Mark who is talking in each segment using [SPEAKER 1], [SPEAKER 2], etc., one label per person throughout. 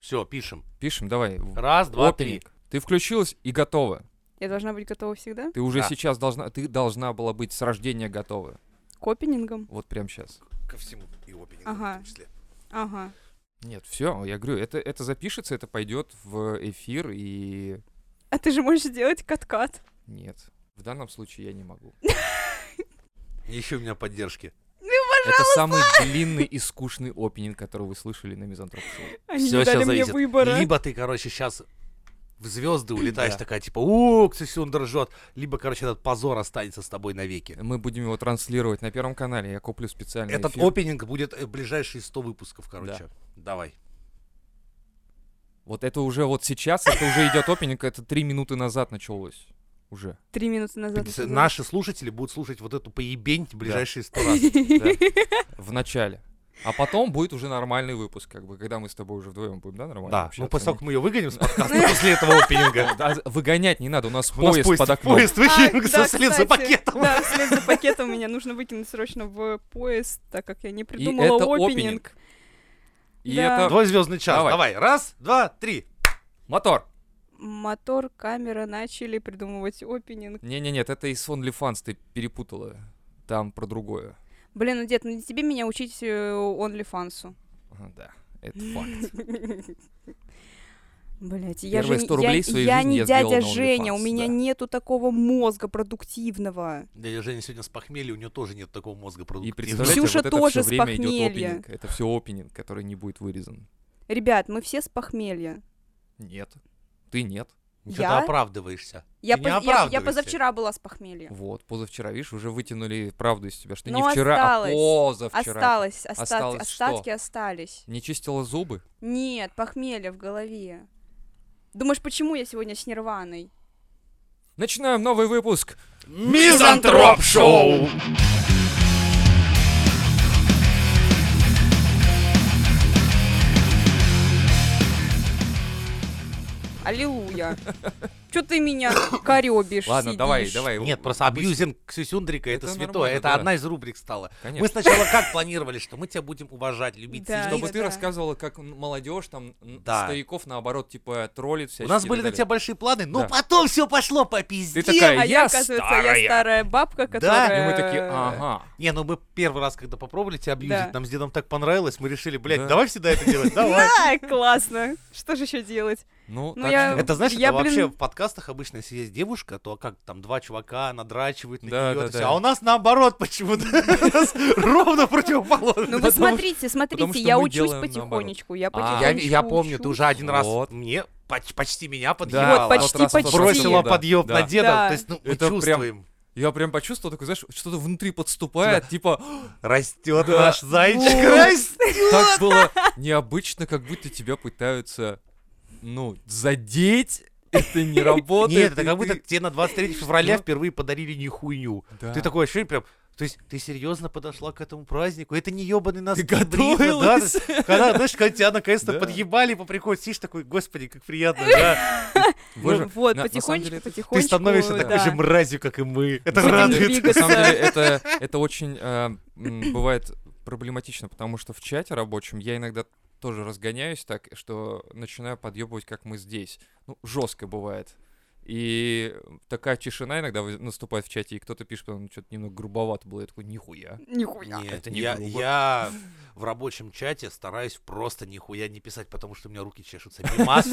[SPEAKER 1] Все, пишем.
[SPEAKER 2] Пишем, давай. в-
[SPEAKER 1] Раз, два, три.
[SPEAKER 2] Опенинг. Ты включилась и готова.
[SPEAKER 3] Я должна быть готова всегда?
[SPEAKER 2] Ты уже
[SPEAKER 1] Да.
[SPEAKER 2] сейчас должна, ты должна была быть с рождения готова.
[SPEAKER 3] К опенингам?
[SPEAKER 2] Вот прям сейчас.
[SPEAKER 4] Ко всему и опенингу в
[SPEAKER 3] Ага.
[SPEAKER 4] том числе.
[SPEAKER 3] Ага.
[SPEAKER 2] Нет, все, я говорю, это, это запишется, это пойдет в эфир и...
[SPEAKER 3] А ты же можешь делать каткат.
[SPEAKER 2] Нет, в данном случае я не могу.
[SPEAKER 4] Еще у меня поддержки.
[SPEAKER 3] Ну,
[SPEAKER 2] Это самый длинный и скучный опенинг, который вы слышали на Мизантроп Шоу.
[SPEAKER 3] Они
[SPEAKER 1] Всё,
[SPEAKER 3] не
[SPEAKER 1] всё
[SPEAKER 3] дали мне
[SPEAKER 1] зависит.
[SPEAKER 3] выбора.
[SPEAKER 4] Либо ты, короче, сейчас в звезды улетаешь,
[SPEAKER 2] Да.
[SPEAKER 4] такая типа, ух, Сесюн ржет. Либо, короче, этот позор останется с тобой навеки.
[SPEAKER 2] Мы будем его транслировать на Первом канале, я куплю специальный
[SPEAKER 4] Этот
[SPEAKER 2] эфир.
[SPEAKER 4] опенинг будет э, ближайшие 100 выпусков, короче. Давай.
[SPEAKER 2] Вот это уже вот сейчас, это уже идет опенинг, это три минуты назад началось. Уже.
[SPEAKER 3] Три минуты назад.
[SPEAKER 4] Пц-
[SPEAKER 3] я сказала.
[SPEAKER 4] Наши слушатели будут слушать вот эту поебень ближайшие 100 раз.
[SPEAKER 2] В начале. А потом будет уже нормальный выпуск, как бы, когда мы с тобой уже вдвоем будем, да, нормально?
[SPEAKER 4] Да, ну
[SPEAKER 2] общаться?
[SPEAKER 4] после того, как мы ее выгоним с подкаста после этого опенинга.
[SPEAKER 2] Да, з- выгонять не надо, у нас
[SPEAKER 4] У нас
[SPEAKER 2] поезд под окном.
[SPEAKER 4] Поезд
[SPEAKER 3] А,
[SPEAKER 4] выкинул
[SPEAKER 3] да,
[SPEAKER 4] вслед за
[SPEAKER 3] кстати.
[SPEAKER 4] пакетом.
[SPEAKER 3] Да, вслед за пакетом меня нужно выкинуть срочно в поезд, так как я не придумала
[SPEAKER 2] это
[SPEAKER 3] опенинг.
[SPEAKER 2] И
[SPEAKER 3] Да.
[SPEAKER 2] это
[SPEAKER 4] Двойзвездный час.
[SPEAKER 2] Давай.
[SPEAKER 4] Давай. Раз, два, три.
[SPEAKER 2] мотор.
[SPEAKER 3] Мотор, камера начали придумывать опенинг.
[SPEAKER 2] Не-не-нет, это из OnlyFans ты перепутала. Там про другое.
[SPEAKER 3] Блин, ну, дед, ну не тебе меня учить э, OnlyFansу.
[SPEAKER 2] Ага, Да, это факт.
[SPEAKER 3] Блять, я
[SPEAKER 2] Первые
[SPEAKER 3] же не-
[SPEAKER 2] 100
[SPEAKER 3] я-
[SPEAKER 2] рублей своей
[SPEAKER 3] я
[SPEAKER 2] жизни
[SPEAKER 3] не
[SPEAKER 2] я сделал
[SPEAKER 3] дядя
[SPEAKER 2] на
[SPEAKER 3] Женя, у
[SPEAKER 2] OnlyFans,
[SPEAKER 3] меня
[SPEAKER 2] да.
[SPEAKER 3] нету такого мозга продуктивного.
[SPEAKER 4] Дядя Женя сегодня с похмелья, у нее тоже нет такого мозга
[SPEAKER 2] И
[SPEAKER 4] продуктивного.
[SPEAKER 2] представляете,
[SPEAKER 3] Ксюша
[SPEAKER 2] вот это
[SPEAKER 3] тоже
[SPEAKER 2] все
[SPEAKER 3] с
[SPEAKER 2] время идет
[SPEAKER 3] похмелья.
[SPEAKER 2] опенинг. Это все опенинг, который не будет вырезан.
[SPEAKER 3] Ребят, мы все с похмелья.
[SPEAKER 2] Нет. Ты нет.
[SPEAKER 4] Ничего
[SPEAKER 3] Я?
[SPEAKER 4] ты оправдываешься.
[SPEAKER 3] Я,
[SPEAKER 4] не
[SPEAKER 3] поз- я- я,
[SPEAKER 4] оправдывайся.
[SPEAKER 3] позавчера была с похмелья.
[SPEAKER 2] Вот, позавчера, видишь, уже вытянули правду из тебя, что
[SPEAKER 3] Ну,
[SPEAKER 2] не вчера,
[SPEAKER 3] осталось.
[SPEAKER 2] а позавчера.
[SPEAKER 3] Осталось, остатки,
[SPEAKER 2] Осталось что?
[SPEAKER 3] остатки остались.
[SPEAKER 2] Не чистила зубы?
[SPEAKER 3] Нет, похмелье в голове. Думаешь, почему я сегодня с Нирваной?
[SPEAKER 2] Начинаем новый выпуск.
[SPEAKER 4] Мизантроп Шоу!
[SPEAKER 3] Аллилуйя. Че ты меня корёбишь,
[SPEAKER 2] Ладно, давай,
[SPEAKER 3] сидишь?
[SPEAKER 2] давай.
[SPEAKER 4] Нет,
[SPEAKER 2] в-
[SPEAKER 4] просто
[SPEAKER 2] быстро,
[SPEAKER 4] абьюзинг Ксюсюндрика это,
[SPEAKER 2] Это
[SPEAKER 4] святое.
[SPEAKER 2] нормально,
[SPEAKER 4] Это
[SPEAKER 2] да.
[SPEAKER 4] одна из рубрик стала.
[SPEAKER 2] Конечно.
[SPEAKER 4] Мы сначала как планировали, что мы тебя будем уважать, любить,
[SPEAKER 3] Да,
[SPEAKER 4] ценить.
[SPEAKER 3] Чтобы
[SPEAKER 2] Чтобы ты
[SPEAKER 3] да.
[SPEAKER 2] рассказывала, как м- молодежь, там, н-
[SPEAKER 4] Да.
[SPEAKER 2] стариков, наоборот, типа, троллит
[SPEAKER 4] У
[SPEAKER 2] всячески.
[SPEAKER 4] нас
[SPEAKER 2] и
[SPEAKER 4] были
[SPEAKER 2] так
[SPEAKER 4] на тебя
[SPEAKER 2] далее.
[SPEAKER 4] большие планы, но
[SPEAKER 2] Да.
[SPEAKER 4] потом все пошло по пизде.
[SPEAKER 2] Ты такая,
[SPEAKER 3] А я,
[SPEAKER 2] я
[SPEAKER 3] оказывается, я
[SPEAKER 2] старая.
[SPEAKER 3] старая бабка,
[SPEAKER 2] И
[SPEAKER 3] которая...
[SPEAKER 2] мы такие, ага.
[SPEAKER 4] Не, ну мы первый раз, когда попробовали тебя абьюзить,
[SPEAKER 3] Да.
[SPEAKER 4] нам с дедом так понравилось, мы решили, блядь,
[SPEAKER 2] Да.
[SPEAKER 4] давай всегда это делать, давай.
[SPEAKER 3] Да, классно. Что же еще делать?
[SPEAKER 2] Ну,
[SPEAKER 3] Ну,
[SPEAKER 2] так
[SPEAKER 3] я-
[SPEAKER 2] же.
[SPEAKER 4] Это знаешь,
[SPEAKER 3] Я,
[SPEAKER 4] это вообще
[SPEAKER 3] блин-
[SPEAKER 4] в подкастах обычно, если есть девушка, то как там два чувака надрачивают на
[SPEAKER 2] Да,
[SPEAKER 4] нее,
[SPEAKER 2] да,
[SPEAKER 4] это всё.
[SPEAKER 2] да.
[SPEAKER 4] а у нас наоборот почему-то У нас ровно противоположно.
[SPEAKER 3] Ну вы
[SPEAKER 2] Потому что-
[SPEAKER 3] смотрите,
[SPEAKER 2] потому
[SPEAKER 3] смотрите,
[SPEAKER 2] что
[SPEAKER 3] я
[SPEAKER 2] мы
[SPEAKER 3] учусь
[SPEAKER 2] делаем
[SPEAKER 3] потихонечку. Я
[SPEAKER 2] наоборот. А,
[SPEAKER 4] Я,
[SPEAKER 3] потихонечку
[SPEAKER 4] я помню, ты
[SPEAKER 3] учусь.
[SPEAKER 4] уже один раз
[SPEAKER 2] Вот.
[SPEAKER 4] мне поч- почти меня
[SPEAKER 2] Да,
[SPEAKER 4] подъебала.
[SPEAKER 3] Вот, почти,
[SPEAKER 2] в тот раз, в тот раз
[SPEAKER 3] почти.
[SPEAKER 4] бросила
[SPEAKER 2] да,
[SPEAKER 4] подъеб
[SPEAKER 2] да.
[SPEAKER 4] на деда.
[SPEAKER 3] Да.
[SPEAKER 4] То есть, ну, мы
[SPEAKER 2] Это прям-
[SPEAKER 4] чувствуем.
[SPEAKER 2] Я прям почувствовал, такой, знаешь, что-то внутри подступает, типа,
[SPEAKER 4] Растет
[SPEAKER 2] Да.
[SPEAKER 4] наш зайчик.
[SPEAKER 2] Вот.
[SPEAKER 4] Растет.
[SPEAKER 2] так было необычно, как будто тебя пытаются, ну, задеть, это не работает.
[SPEAKER 4] Нет, это
[SPEAKER 2] и
[SPEAKER 4] как будто
[SPEAKER 2] ты-
[SPEAKER 4] тебе на 23 февраля
[SPEAKER 2] Что?
[SPEAKER 4] впервые подарили не хуйню.
[SPEAKER 2] Да.
[SPEAKER 4] Ты такое ощущение прям... То есть ты серьезно подошла к этому празднику? Это не ебаный нас
[SPEAKER 2] Ты
[SPEAKER 4] ну да,
[SPEAKER 2] готовилась?
[SPEAKER 4] то есть, когда, знаешь, когда тебя наконец-то
[SPEAKER 2] Да.
[SPEAKER 4] подъебали по приколу, сидишь такой, господи, как приятно, да.
[SPEAKER 2] Боже,
[SPEAKER 3] Ну Вот,
[SPEAKER 2] на- на самом
[SPEAKER 3] потихонечку,
[SPEAKER 2] деле это-
[SPEAKER 3] потихонечку.
[SPEAKER 4] Ты становишься
[SPEAKER 3] да.
[SPEAKER 4] такой же мразью, как и мы. Это
[SPEAKER 3] Будем
[SPEAKER 4] радует.
[SPEAKER 3] любить.
[SPEAKER 2] На самом деле, это, это очень э, м, бывает проблематично, потому что в чате рабочем я иногда тоже разгоняюсь так, что начинаю подъебывать, как мы здесь. Ну, жестко бывает. И такая тишина иногда воз- наступает в чате, и кто-то пишет, ну, что-то немного грубовато было. Я такой, нихуя.
[SPEAKER 3] Нихуя. Ну,
[SPEAKER 4] Нет,
[SPEAKER 2] это не
[SPEAKER 4] я,
[SPEAKER 2] грубо.
[SPEAKER 4] я в рабочем чате стараюсь просто нихуя не писать, потому что у меня руки чешутся. Мимас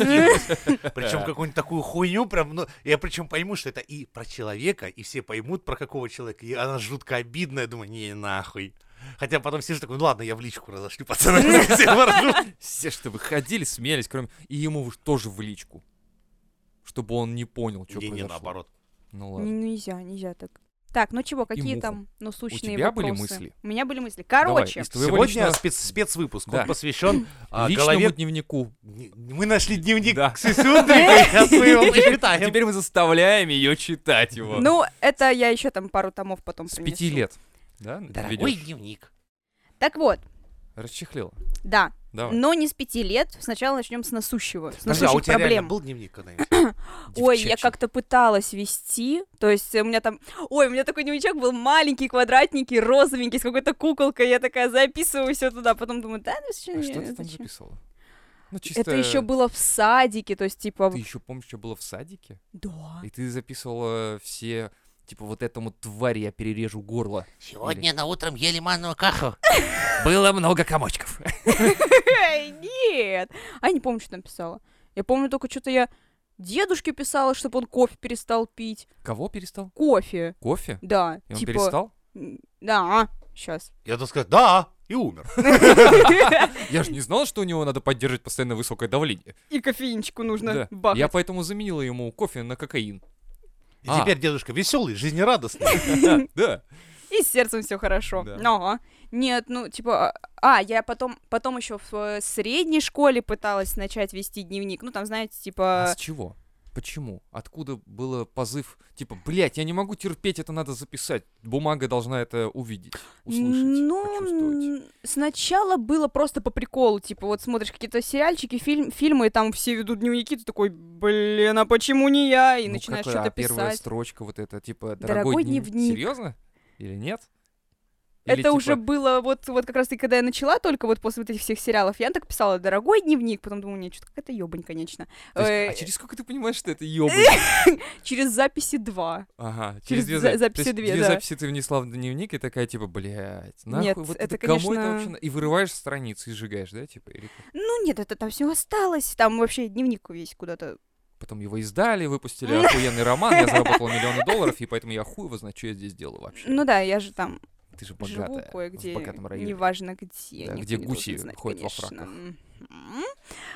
[SPEAKER 4] Причем какую-нибудь такую хуйню прям, ну, я причем пойму, что это и про человека, и все поймут, про какого человека, и она жутко обидная, думаю, не, нахуй. Хотя потом сижу такой, ну ладно, я в личку разошлю, пацаны, все воржут.
[SPEAKER 2] Все, что выходили, смеялись, кроме... И ему уж тоже в личку. Чтобы он не понял, что
[SPEAKER 4] Не,
[SPEAKER 2] произошло.
[SPEAKER 4] не, наоборот.
[SPEAKER 2] Ну
[SPEAKER 3] Не-
[SPEAKER 2] ладно.
[SPEAKER 3] Нельзя, нельзя так. Так, ну чего, какие
[SPEAKER 2] муху.
[SPEAKER 3] там насущные
[SPEAKER 2] тебя были
[SPEAKER 3] вопросы?
[SPEAKER 2] мысли?
[SPEAKER 3] У меня были мысли.
[SPEAKER 2] Давай,
[SPEAKER 3] Короче,
[SPEAKER 2] из твоего
[SPEAKER 4] Сегодня
[SPEAKER 2] личного-
[SPEAKER 4] спец- спецвыпуск,
[SPEAKER 2] Да.
[SPEAKER 4] он посвящен а,
[SPEAKER 2] Личному
[SPEAKER 4] голове...
[SPEAKER 2] дневнику.
[SPEAKER 4] Не- Мы нашли дневник
[SPEAKER 2] Да.
[SPEAKER 4] Ксюсюндрика, сейчас мы его почитаем.
[SPEAKER 2] Теперь мы заставляем ее читать его.
[SPEAKER 3] ну это я еще там пару томов потом
[SPEAKER 2] С
[SPEAKER 3] принесу.
[SPEAKER 2] пяти лет. Да?
[SPEAKER 4] Дорогой
[SPEAKER 2] ведёшь?
[SPEAKER 4] дневник.
[SPEAKER 3] Так вот,
[SPEAKER 2] Расчехлила.
[SPEAKER 3] да,
[SPEAKER 2] Давай.
[SPEAKER 3] но не с пяти лет. Сначала начнем с насущего, с
[SPEAKER 4] Подожди, а у
[SPEAKER 3] насущих
[SPEAKER 4] тебя реально
[SPEAKER 3] проблем.
[SPEAKER 4] был дневник когда-нибудь?
[SPEAKER 3] Ой, я
[SPEAKER 2] Девчачий. А
[SPEAKER 3] как-то пыталась вести, то есть э, у меня там, ой, у меня такой дневничок был маленький, квадратненький, розовенький, с какой-то куколкой, я такая записываю все туда, потом думаю, да, ну зачем
[SPEAKER 2] А
[SPEAKER 3] я-
[SPEAKER 2] что ты там
[SPEAKER 3] зачем?
[SPEAKER 2] записывала? Ну, чисто...
[SPEAKER 3] Это еще было в садике, то есть, типа...
[SPEAKER 2] Ты еще помнишь, что было в садике?
[SPEAKER 3] Да.
[SPEAKER 2] И ты записывала все... Типа, вот этому твари я перережу горло.
[SPEAKER 1] Сегодня на утром ели манную кашу.
[SPEAKER 2] Было много комочков.
[SPEAKER 3] Эй, Нет! А я не помню, что там писала. Я помню только, что-то я дедушке писала, чтобы он кофе перестал пить.
[SPEAKER 2] Кого перестал?
[SPEAKER 3] Кофе,
[SPEAKER 2] Кофе?
[SPEAKER 3] да.
[SPEAKER 2] И он
[SPEAKER 3] типа...
[SPEAKER 2] перестал?
[SPEAKER 3] м, Да, а, сейчас.
[SPEAKER 4] Я тут сказал, да, и умер.
[SPEAKER 2] Я же не знал, что у него надо поддерживать постоянно высокое давление.
[SPEAKER 3] И кофеинчику нужно
[SPEAKER 2] Да. Я
[SPEAKER 3] бахать.
[SPEAKER 2] поэтому заменила ему кофе на кокаин.
[SPEAKER 4] И
[SPEAKER 2] А.
[SPEAKER 4] теперь дедушка веселый, жизнерадостный.
[SPEAKER 2] Да.
[SPEAKER 3] И с сердцем все хорошо.
[SPEAKER 2] Да.
[SPEAKER 3] Ага. Нет, ну, типа... а- А, я потом, потом еще в э, средней школе пыталась начать вести дневник. Ну, там, знаете,
[SPEAKER 2] А
[SPEAKER 3] типа...
[SPEAKER 2] с чего? Почему? Откуда было позыв? Типа, блядь, я не могу терпеть, это надо записать. Бумага должна это увидеть, услышать, почувствовать.
[SPEAKER 3] Ну, м, сначала было просто по приколу, типа, вот смотришь какие-то сериальчики, фильм, фильмы, и там все ведут дневники, ты такой, блин, а почему не я? И
[SPEAKER 2] Ну,
[SPEAKER 3] начинаешь
[SPEAKER 2] какая-
[SPEAKER 3] что-то
[SPEAKER 2] а первая
[SPEAKER 3] писать.
[SPEAKER 2] строчка вот это, типа,
[SPEAKER 3] Дорогой
[SPEAKER 2] дорогой, дневник.
[SPEAKER 3] дневник.
[SPEAKER 2] Серьезно? Или нет?
[SPEAKER 3] Это
[SPEAKER 2] Или, типа,
[SPEAKER 3] уже было вот, вот как раз и когда я начала только вот после вот этих всех сериалов, я так писала, дорогой дневник, потом думаю, нет, что-то какая-то ёбань, конечно.
[SPEAKER 2] то есть,
[SPEAKER 3] Э,
[SPEAKER 2] а через сколько ты понимаешь, что это ёбы?
[SPEAKER 3] Через записи 2.
[SPEAKER 2] Ага,
[SPEAKER 3] через
[SPEAKER 2] через две
[SPEAKER 3] за-
[SPEAKER 2] записи.
[SPEAKER 3] записи
[SPEAKER 2] То есть
[SPEAKER 3] две,
[SPEAKER 2] две
[SPEAKER 3] да.
[SPEAKER 2] записи ты внесла в дневник и такая, типа, блядь, нахуй,
[SPEAKER 3] Нет,
[SPEAKER 2] вот
[SPEAKER 3] это,
[SPEAKER 2] это, кому это
[SPEAKER 3] конечно-
[SPEAKER 2] вообще... на- И вырываешь страницы и сжигаешь, да, типа? Или как?
[SPEAKER 3] Ну нет, это там все осталось, там вообще дневник весь куда-то.
[SPEAKER 2] Потом его издали, выпустили охуенный роман, я заработала миллионы долларов, и поэтому я хуй его знаю, что я здесь делаю вообще.
[SPEAKER 3] Ну да, я же там
[SPEAKER 2] Ты же
[SPEAKER 3] живу
[SPEAKER 2] богатая,
[SPEAKER 3] кое-где,
[SPEAKER 2] в богатом районе.
[SPEAKER 3] неважно где.
[SPEAKER 2] Да,
[SPEAKER 3] никто
[SPEAKER 2] где
[SPEAKER 3] не должен
[SPEAKER 2] гуси
[SPEAKER 3] знать,
[SPEAKER 2] ходят во
[SPEAKER 3] конечно.
[SPEAKER 2] фраках.
[SPEAKER 3] Мгм.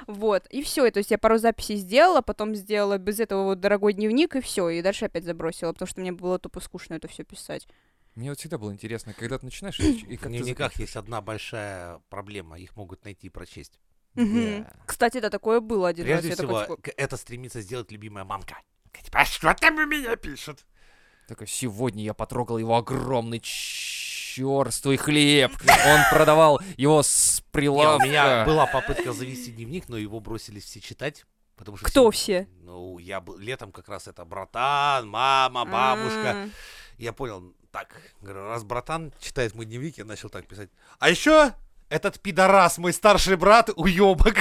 [SPEAKER 3] Вот, и все. То есть я пару записей сделала, потом сделала без этого вот дорогой дневник, и все. И дальше опять забросила, потому что мне было тупо скучно это все писать.
[SPEAKER 2] Мне вот всегда было интересно, когда ты начинаешь и и
[SPEAKER 4] В
[SPEAKER 2] как ты
[SPEAKER 4] дневниках есть одна большая проблема, их могут найти и прочесть.
[SPEAKER 3] Мгм.
[SPEAKER 2] Да.
[SPEAKER 3] Кстати, да, такое было один раз.
[SPEAKER 4] Прежде
[SPEAKER 3] Я такой,
[SPEAKER 4] всего,
[SPEAKER 3] типа,
[SPEAKER 4] к- это стремится сделать любимая мамка. Типа, а что там у меня пишут?
[SPEAKER 2] Такой, сегодня я потрогал его огромный черствый хлеб. Он продавал его с
[SPEAKER 4] Не, у
[SPEAKER 2] прилавка.
[SPEAKER 4] меня была попытка завести дневник, но его бросились все читать. Потому что
[SPEAKER 3] Кто
[SPEAKER 4] все-
[SPEAKER 3] все?
[SPEAKER 4] Ну, я был летом как раз это братан, мама, бабушка.
[SPEAKER 3] А.
[SPEAKER 4] Я понял, так, говорю, раз братан читает мой дневник, я начал так писать. А еще этот пидорас, мой старший брат, уебок.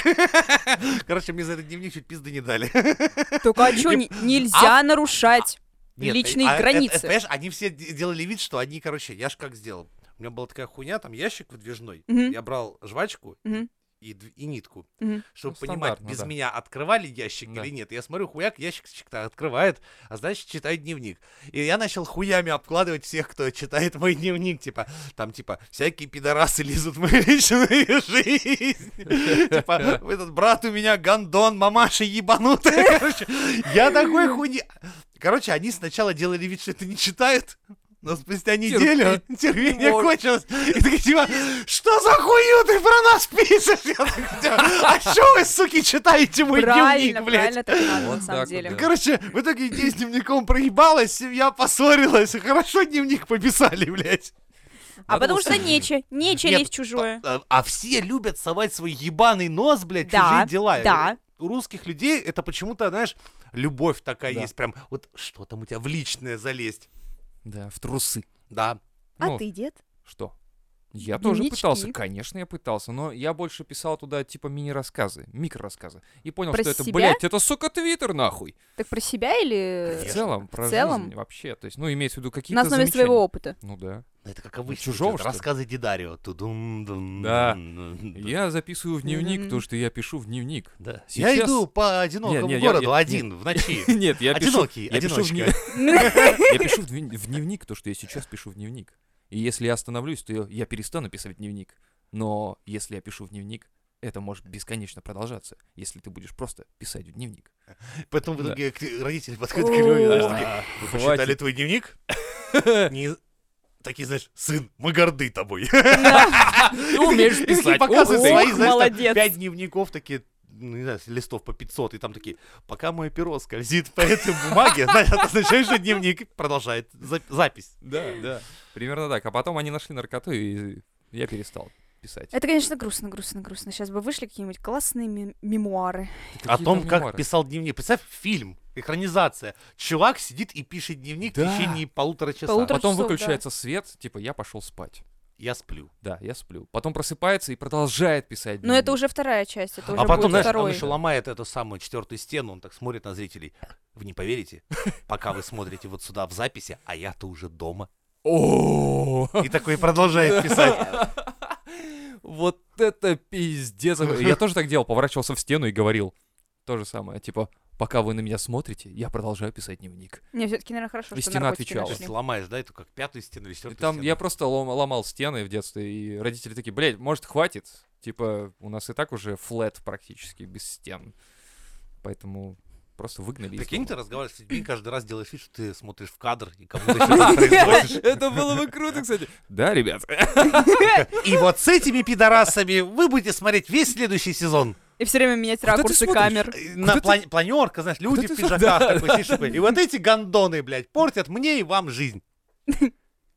[SPEAKER 4] Короче, мне за этот дневник чуть пизды не дали.
[SPEAKER 3] Только а чё,
[SPEAKER 4] И-
[SPEAKER 3] не- нельзя нарушать
[SPEAKER 4] Нет,
[SPEAKER 3] личные
[SPEAKER 4] а это- это,
[SPEAKER 3] границы?
[SPEAKER 4] понимаешь, они все де- делали вид, что они, короче, я ж как сделал. У меня была такая хуйня, там ящик выдвижной.
[SPEAKER 3] Мгм.
[SPEAKER 4] а, Я брал жвачку
[SPEAKER 3] Мгм.
[SPEAKER 4] и, дв- и нитку,
[SPEAKER 3] Мгм.
[SPEAKER 4] чтобы
[SPEAKER 2] Ну,
[SPEAKER 4] понимать,
[SPEAKER 2] стандартно,
[SPEAKER 4] без
[SPEAKER 2] да.
[SPEAKER 4] меня открывали ящик
[SPEAKER 2] Да.
[SPEAKER 4] или нет. Я смотрю, хуяк, ящик-то открывает, а значит, читает дневник. И я начал хуями обкладывать всех, кто читает мой дневник. Типа, там, типа, всякие пидорасы лезут в мою личную жизнь. Типа, этот брат у меня гондон, мамаша ебанутая. Короче, я такой хуйни... Короче, они сначала делали вид, что это не читают, но спустя неделю терпение
[SPEAKER 2] Вот.
[SPEAKER 4] кончилось. И такие, типа, что за хую ты про нас пишешь? Я такой, типа, а что вы, суки, читаете мой
[SPEAKER 3] Правильно,
[SPEAKER 4] дневник, блядь?
[SPEAKER 3] правильно так надо, на
[SPEAKER 2] Вот
[SPEAKER 3] самом
[SPEAKER 2] так вот,
[SPEAKER 4] Ну,
[SPEAKER 3] деле.
[SPEAKER 2] да.
[SPEAKER 4] Короче, в итоге идея с дневником проебалась, семья поссорилась, и хорошо дневник пописали, блядь.
[SPEAKER 3] А
[SPEAKER 2] Надо
[SPEAKER 3] потому что
[SPEAKER 2] установить.
[SPEAKER 3] нече, нече
[SPEAKER 4] Нет,
[SPEAKER 3] лезть в чужое.
[SPEAKER 4] А, а все любят совать свой ебаный нос, блядь,
[SPEAKER 3] Да,
[SPEAKER 4] чужие дела.
[SPEAKER 3] да.
[SPEAKER 4] У русских людей это почему-то, знаешь, любовь такая
[SPEAKER 2] Да.
[SPEAKER 4] есть, прям вот что там у тебя в личное залезть.
[SPEAKER 2] Да, в трусы.
[SPEAKER 4] Да.
[SPEAKER 3] А
[SPEAKER 2] Ну,
[SPEAKER 3] ты, дед?
[SPEAKER 2] Что? Я тоже
[SPEAKER 3] Дневнички.
[SPEAKER 2] пытался, конечно, я пытался, но я больше писал туда типа мини-рассказы, микро-рассказы. И понял,
[SPEAKER 3] Про
[SPEAKER 2] что это,
[SPEAKER 3] себя?
[SPEAKER 2] блядь, это, сука, твиттер, нахуй.
[SPEAKER 3] Так про себя или...
[SPEAKER 2] В
[SPEAKER 4] Конечно.
[SPEAKER 2] целом, про
[SPEAKER 3] целом?
[SPEAKER 2] жизнь вообще. То есть, ну, имеется в виду какие-то
[SPEAKER 3] На основе
[SPEAKER 2] замечания.
[SPEAKER 3] своего опыта.
[SPEAKER 2] Ну да.
[SPEAKER 4] Это как обычно.
[SPEAKER 2] чужого,
[SPEAKER 4] идет.
[SPEAKER 2] что ли?
[SPEAKER 4] Рассказы Дидарио. Тудум,
[SPEAKER 2] Да. Я записываю в дневник то,
[SPEAKER 3] Мгм.
[SPEAKER 2] что я пишу в дневник.
[SPEAKER 4] Да.
[SPEAKER 2] Сейчас-
[SPEAKER 4] Я иду по одинокому
[SPEAKER 2] Не, не, я-
[SPEAKER 4] городу
[SPEAKER 2] я-
[SPEAKER 4] один в ночи.
[SPEAKER 2] Нет, я пишу...
[SPEAKER 4] Одинокий,
[SPEAKER 2] я пишу в дне-
[SPEAKER 4] одиночка.
[SPEAKER 2] Я пишу в дневни- в дневник то, что я сейчас пишу в дневник. И если я остановлюсь, то я- я перестану писать в дневник. Но если я пишу в дневник, это может бесконечно продолжаться, если ты будешь просто писать в дневник.
[SPEAKER 4] Поэтому в
[SPEAKER 2] Да.
[SPEAKER 4] итоге к- родители подходят к Лёне, знаешь, такие, «Вы
[SPEAKER 2] хватит.
[SPEAKER 4] почитали твой дневник? Не- Такие, знаешь, сын, мы горды тобой.
[SPEAKER 2] Ты умеешь
[SPEAKER 4] И такие
[SPEAKER 2] писать.
[SPEAKER 4] показывают
[SPEAKER 3] Ох,
[SPEAKER 4] свои, знаешь, там
[SPEAKER 3] молодец.
[SPEAKER 4] пять дневников, такие, ну, не знаю, листов по 500, и там такие, пока мое перо скользит по этой бумаге, знаешь, это означает, что дневник продолжает за- запись.
[SPEAKER 2] Да, да. Примерно так. А потом они нашли наркоту, и я перестал писать.
[SPEAKER 3] Это, конечно, грустно, грустно, грустно. Сейчас бы вышли какие-нибудь классные мем- мемуары.
[SPEAKER 4] О
[SPEAKER 2] Какие
[SPEAKER 4] том,
[SPEAKER 2] там
[SPEAKER 4] как
[SPEAKER 2] мемуары?
[SPEAKER 4] писал дневник. Представь, фильм, экранизация. Чувак сидит и пишет дневник в
[SPEAKER 2] Да.
[SPEAKER 4] течение полутора часа.
[SPEAKER 3] Полутора-
[SPEAKER 2] Потом
[SPEAKER 3] часов, да.
[SPEAKER 2] выключается свет, типа я пошел спать.
[SPEAKER 4] я сплю.
[SPEAKER 2] Да, я сплю. Потом просыпается и продолжает писать.
[SPEAKER 3] Но Ну, это
[SPEAKER 2] дневник.
[SPEAKER 3] уже вторая часть, это уже
[SPEAKER 4] а потом,
[SPEAKER 3] будет
[SPEAKER 4] знаешь, он
[SPEAKER 3] второй.
[SPEAKER 4] еще ломает эту самую четвертую стену, он так смотрит на зрителей. Вы не поверите, пока вы смотрите вот сюда в записи, а я-то уже дома.
[SPEAKER 2] О,
[SPEAKER 4] И такой продолжает писать.
[SPEAKER 2] Вот это пиздец. Я тоже так делал, поворачивался в стену и говорил то же самое. Типа, пока вы на меня смотрите, я продолжаю писать дневник.
[SPEAKER 3] Не, все-таки, наверное, хорошо,
[SPEAKER 2] И
[SPEAKER 3] что
[SPEAKER 2] стена
[SPEAKER 3] наркотики
[SPEAKER 2] отвечала.
[SPEAKER 4] То есть
[SPEAKER 3] нашли.
[SPEAKER 4] ломаешь, да, эту как пятую стену или
[SPEAKER 2] И
[SPEAKER 4] четвертую
[SPEAKER 2] там
[SPEAKER 4] стену.
[SPEAKER 2] я просто лом- ломал стены в детстве, и родители такие, блядь, может, хватит? Типа, у нас и так уже флет практически, без стен. Поэтому просто выгнали. из
[SPEAKER 4] Прикинь, ты
[SPEAKER 2] дома.
[SPEAKER 4] разговариваешь с людьми, каждый раз делаешь вид, что ты смотришь в кадр и кому-то что-то произносишь.
[SPEAKER 2] Это было бы круто, кстати. Да, ребят.
[SPEAKER 4] И вот с этими пидорасами вы будете смотреть весь следующий сезон.
[SPEAKER 3] И все время менять
[SPEAKER 2] Куда ты
[SPEAKER 3] ракурсы
[SPEAKER 2] смотришь?
[SPEAKER 3] камер.
[SPEAKER 4] Э, На
[SPEAKER 2] ты-
[SPEAKER 4] план- планерка, знаешь, люди
[SPEAKER 2] ты
[SPEAKER 4] в
[SPEAKER 2] смо-
[SPEAKER 4] пиджаках
[SPEAKER 2] Да,
[SPEAKER 4] такой сидишь такой, И вот эти гондоны, блядь, портят мне и вам жизнь. Такой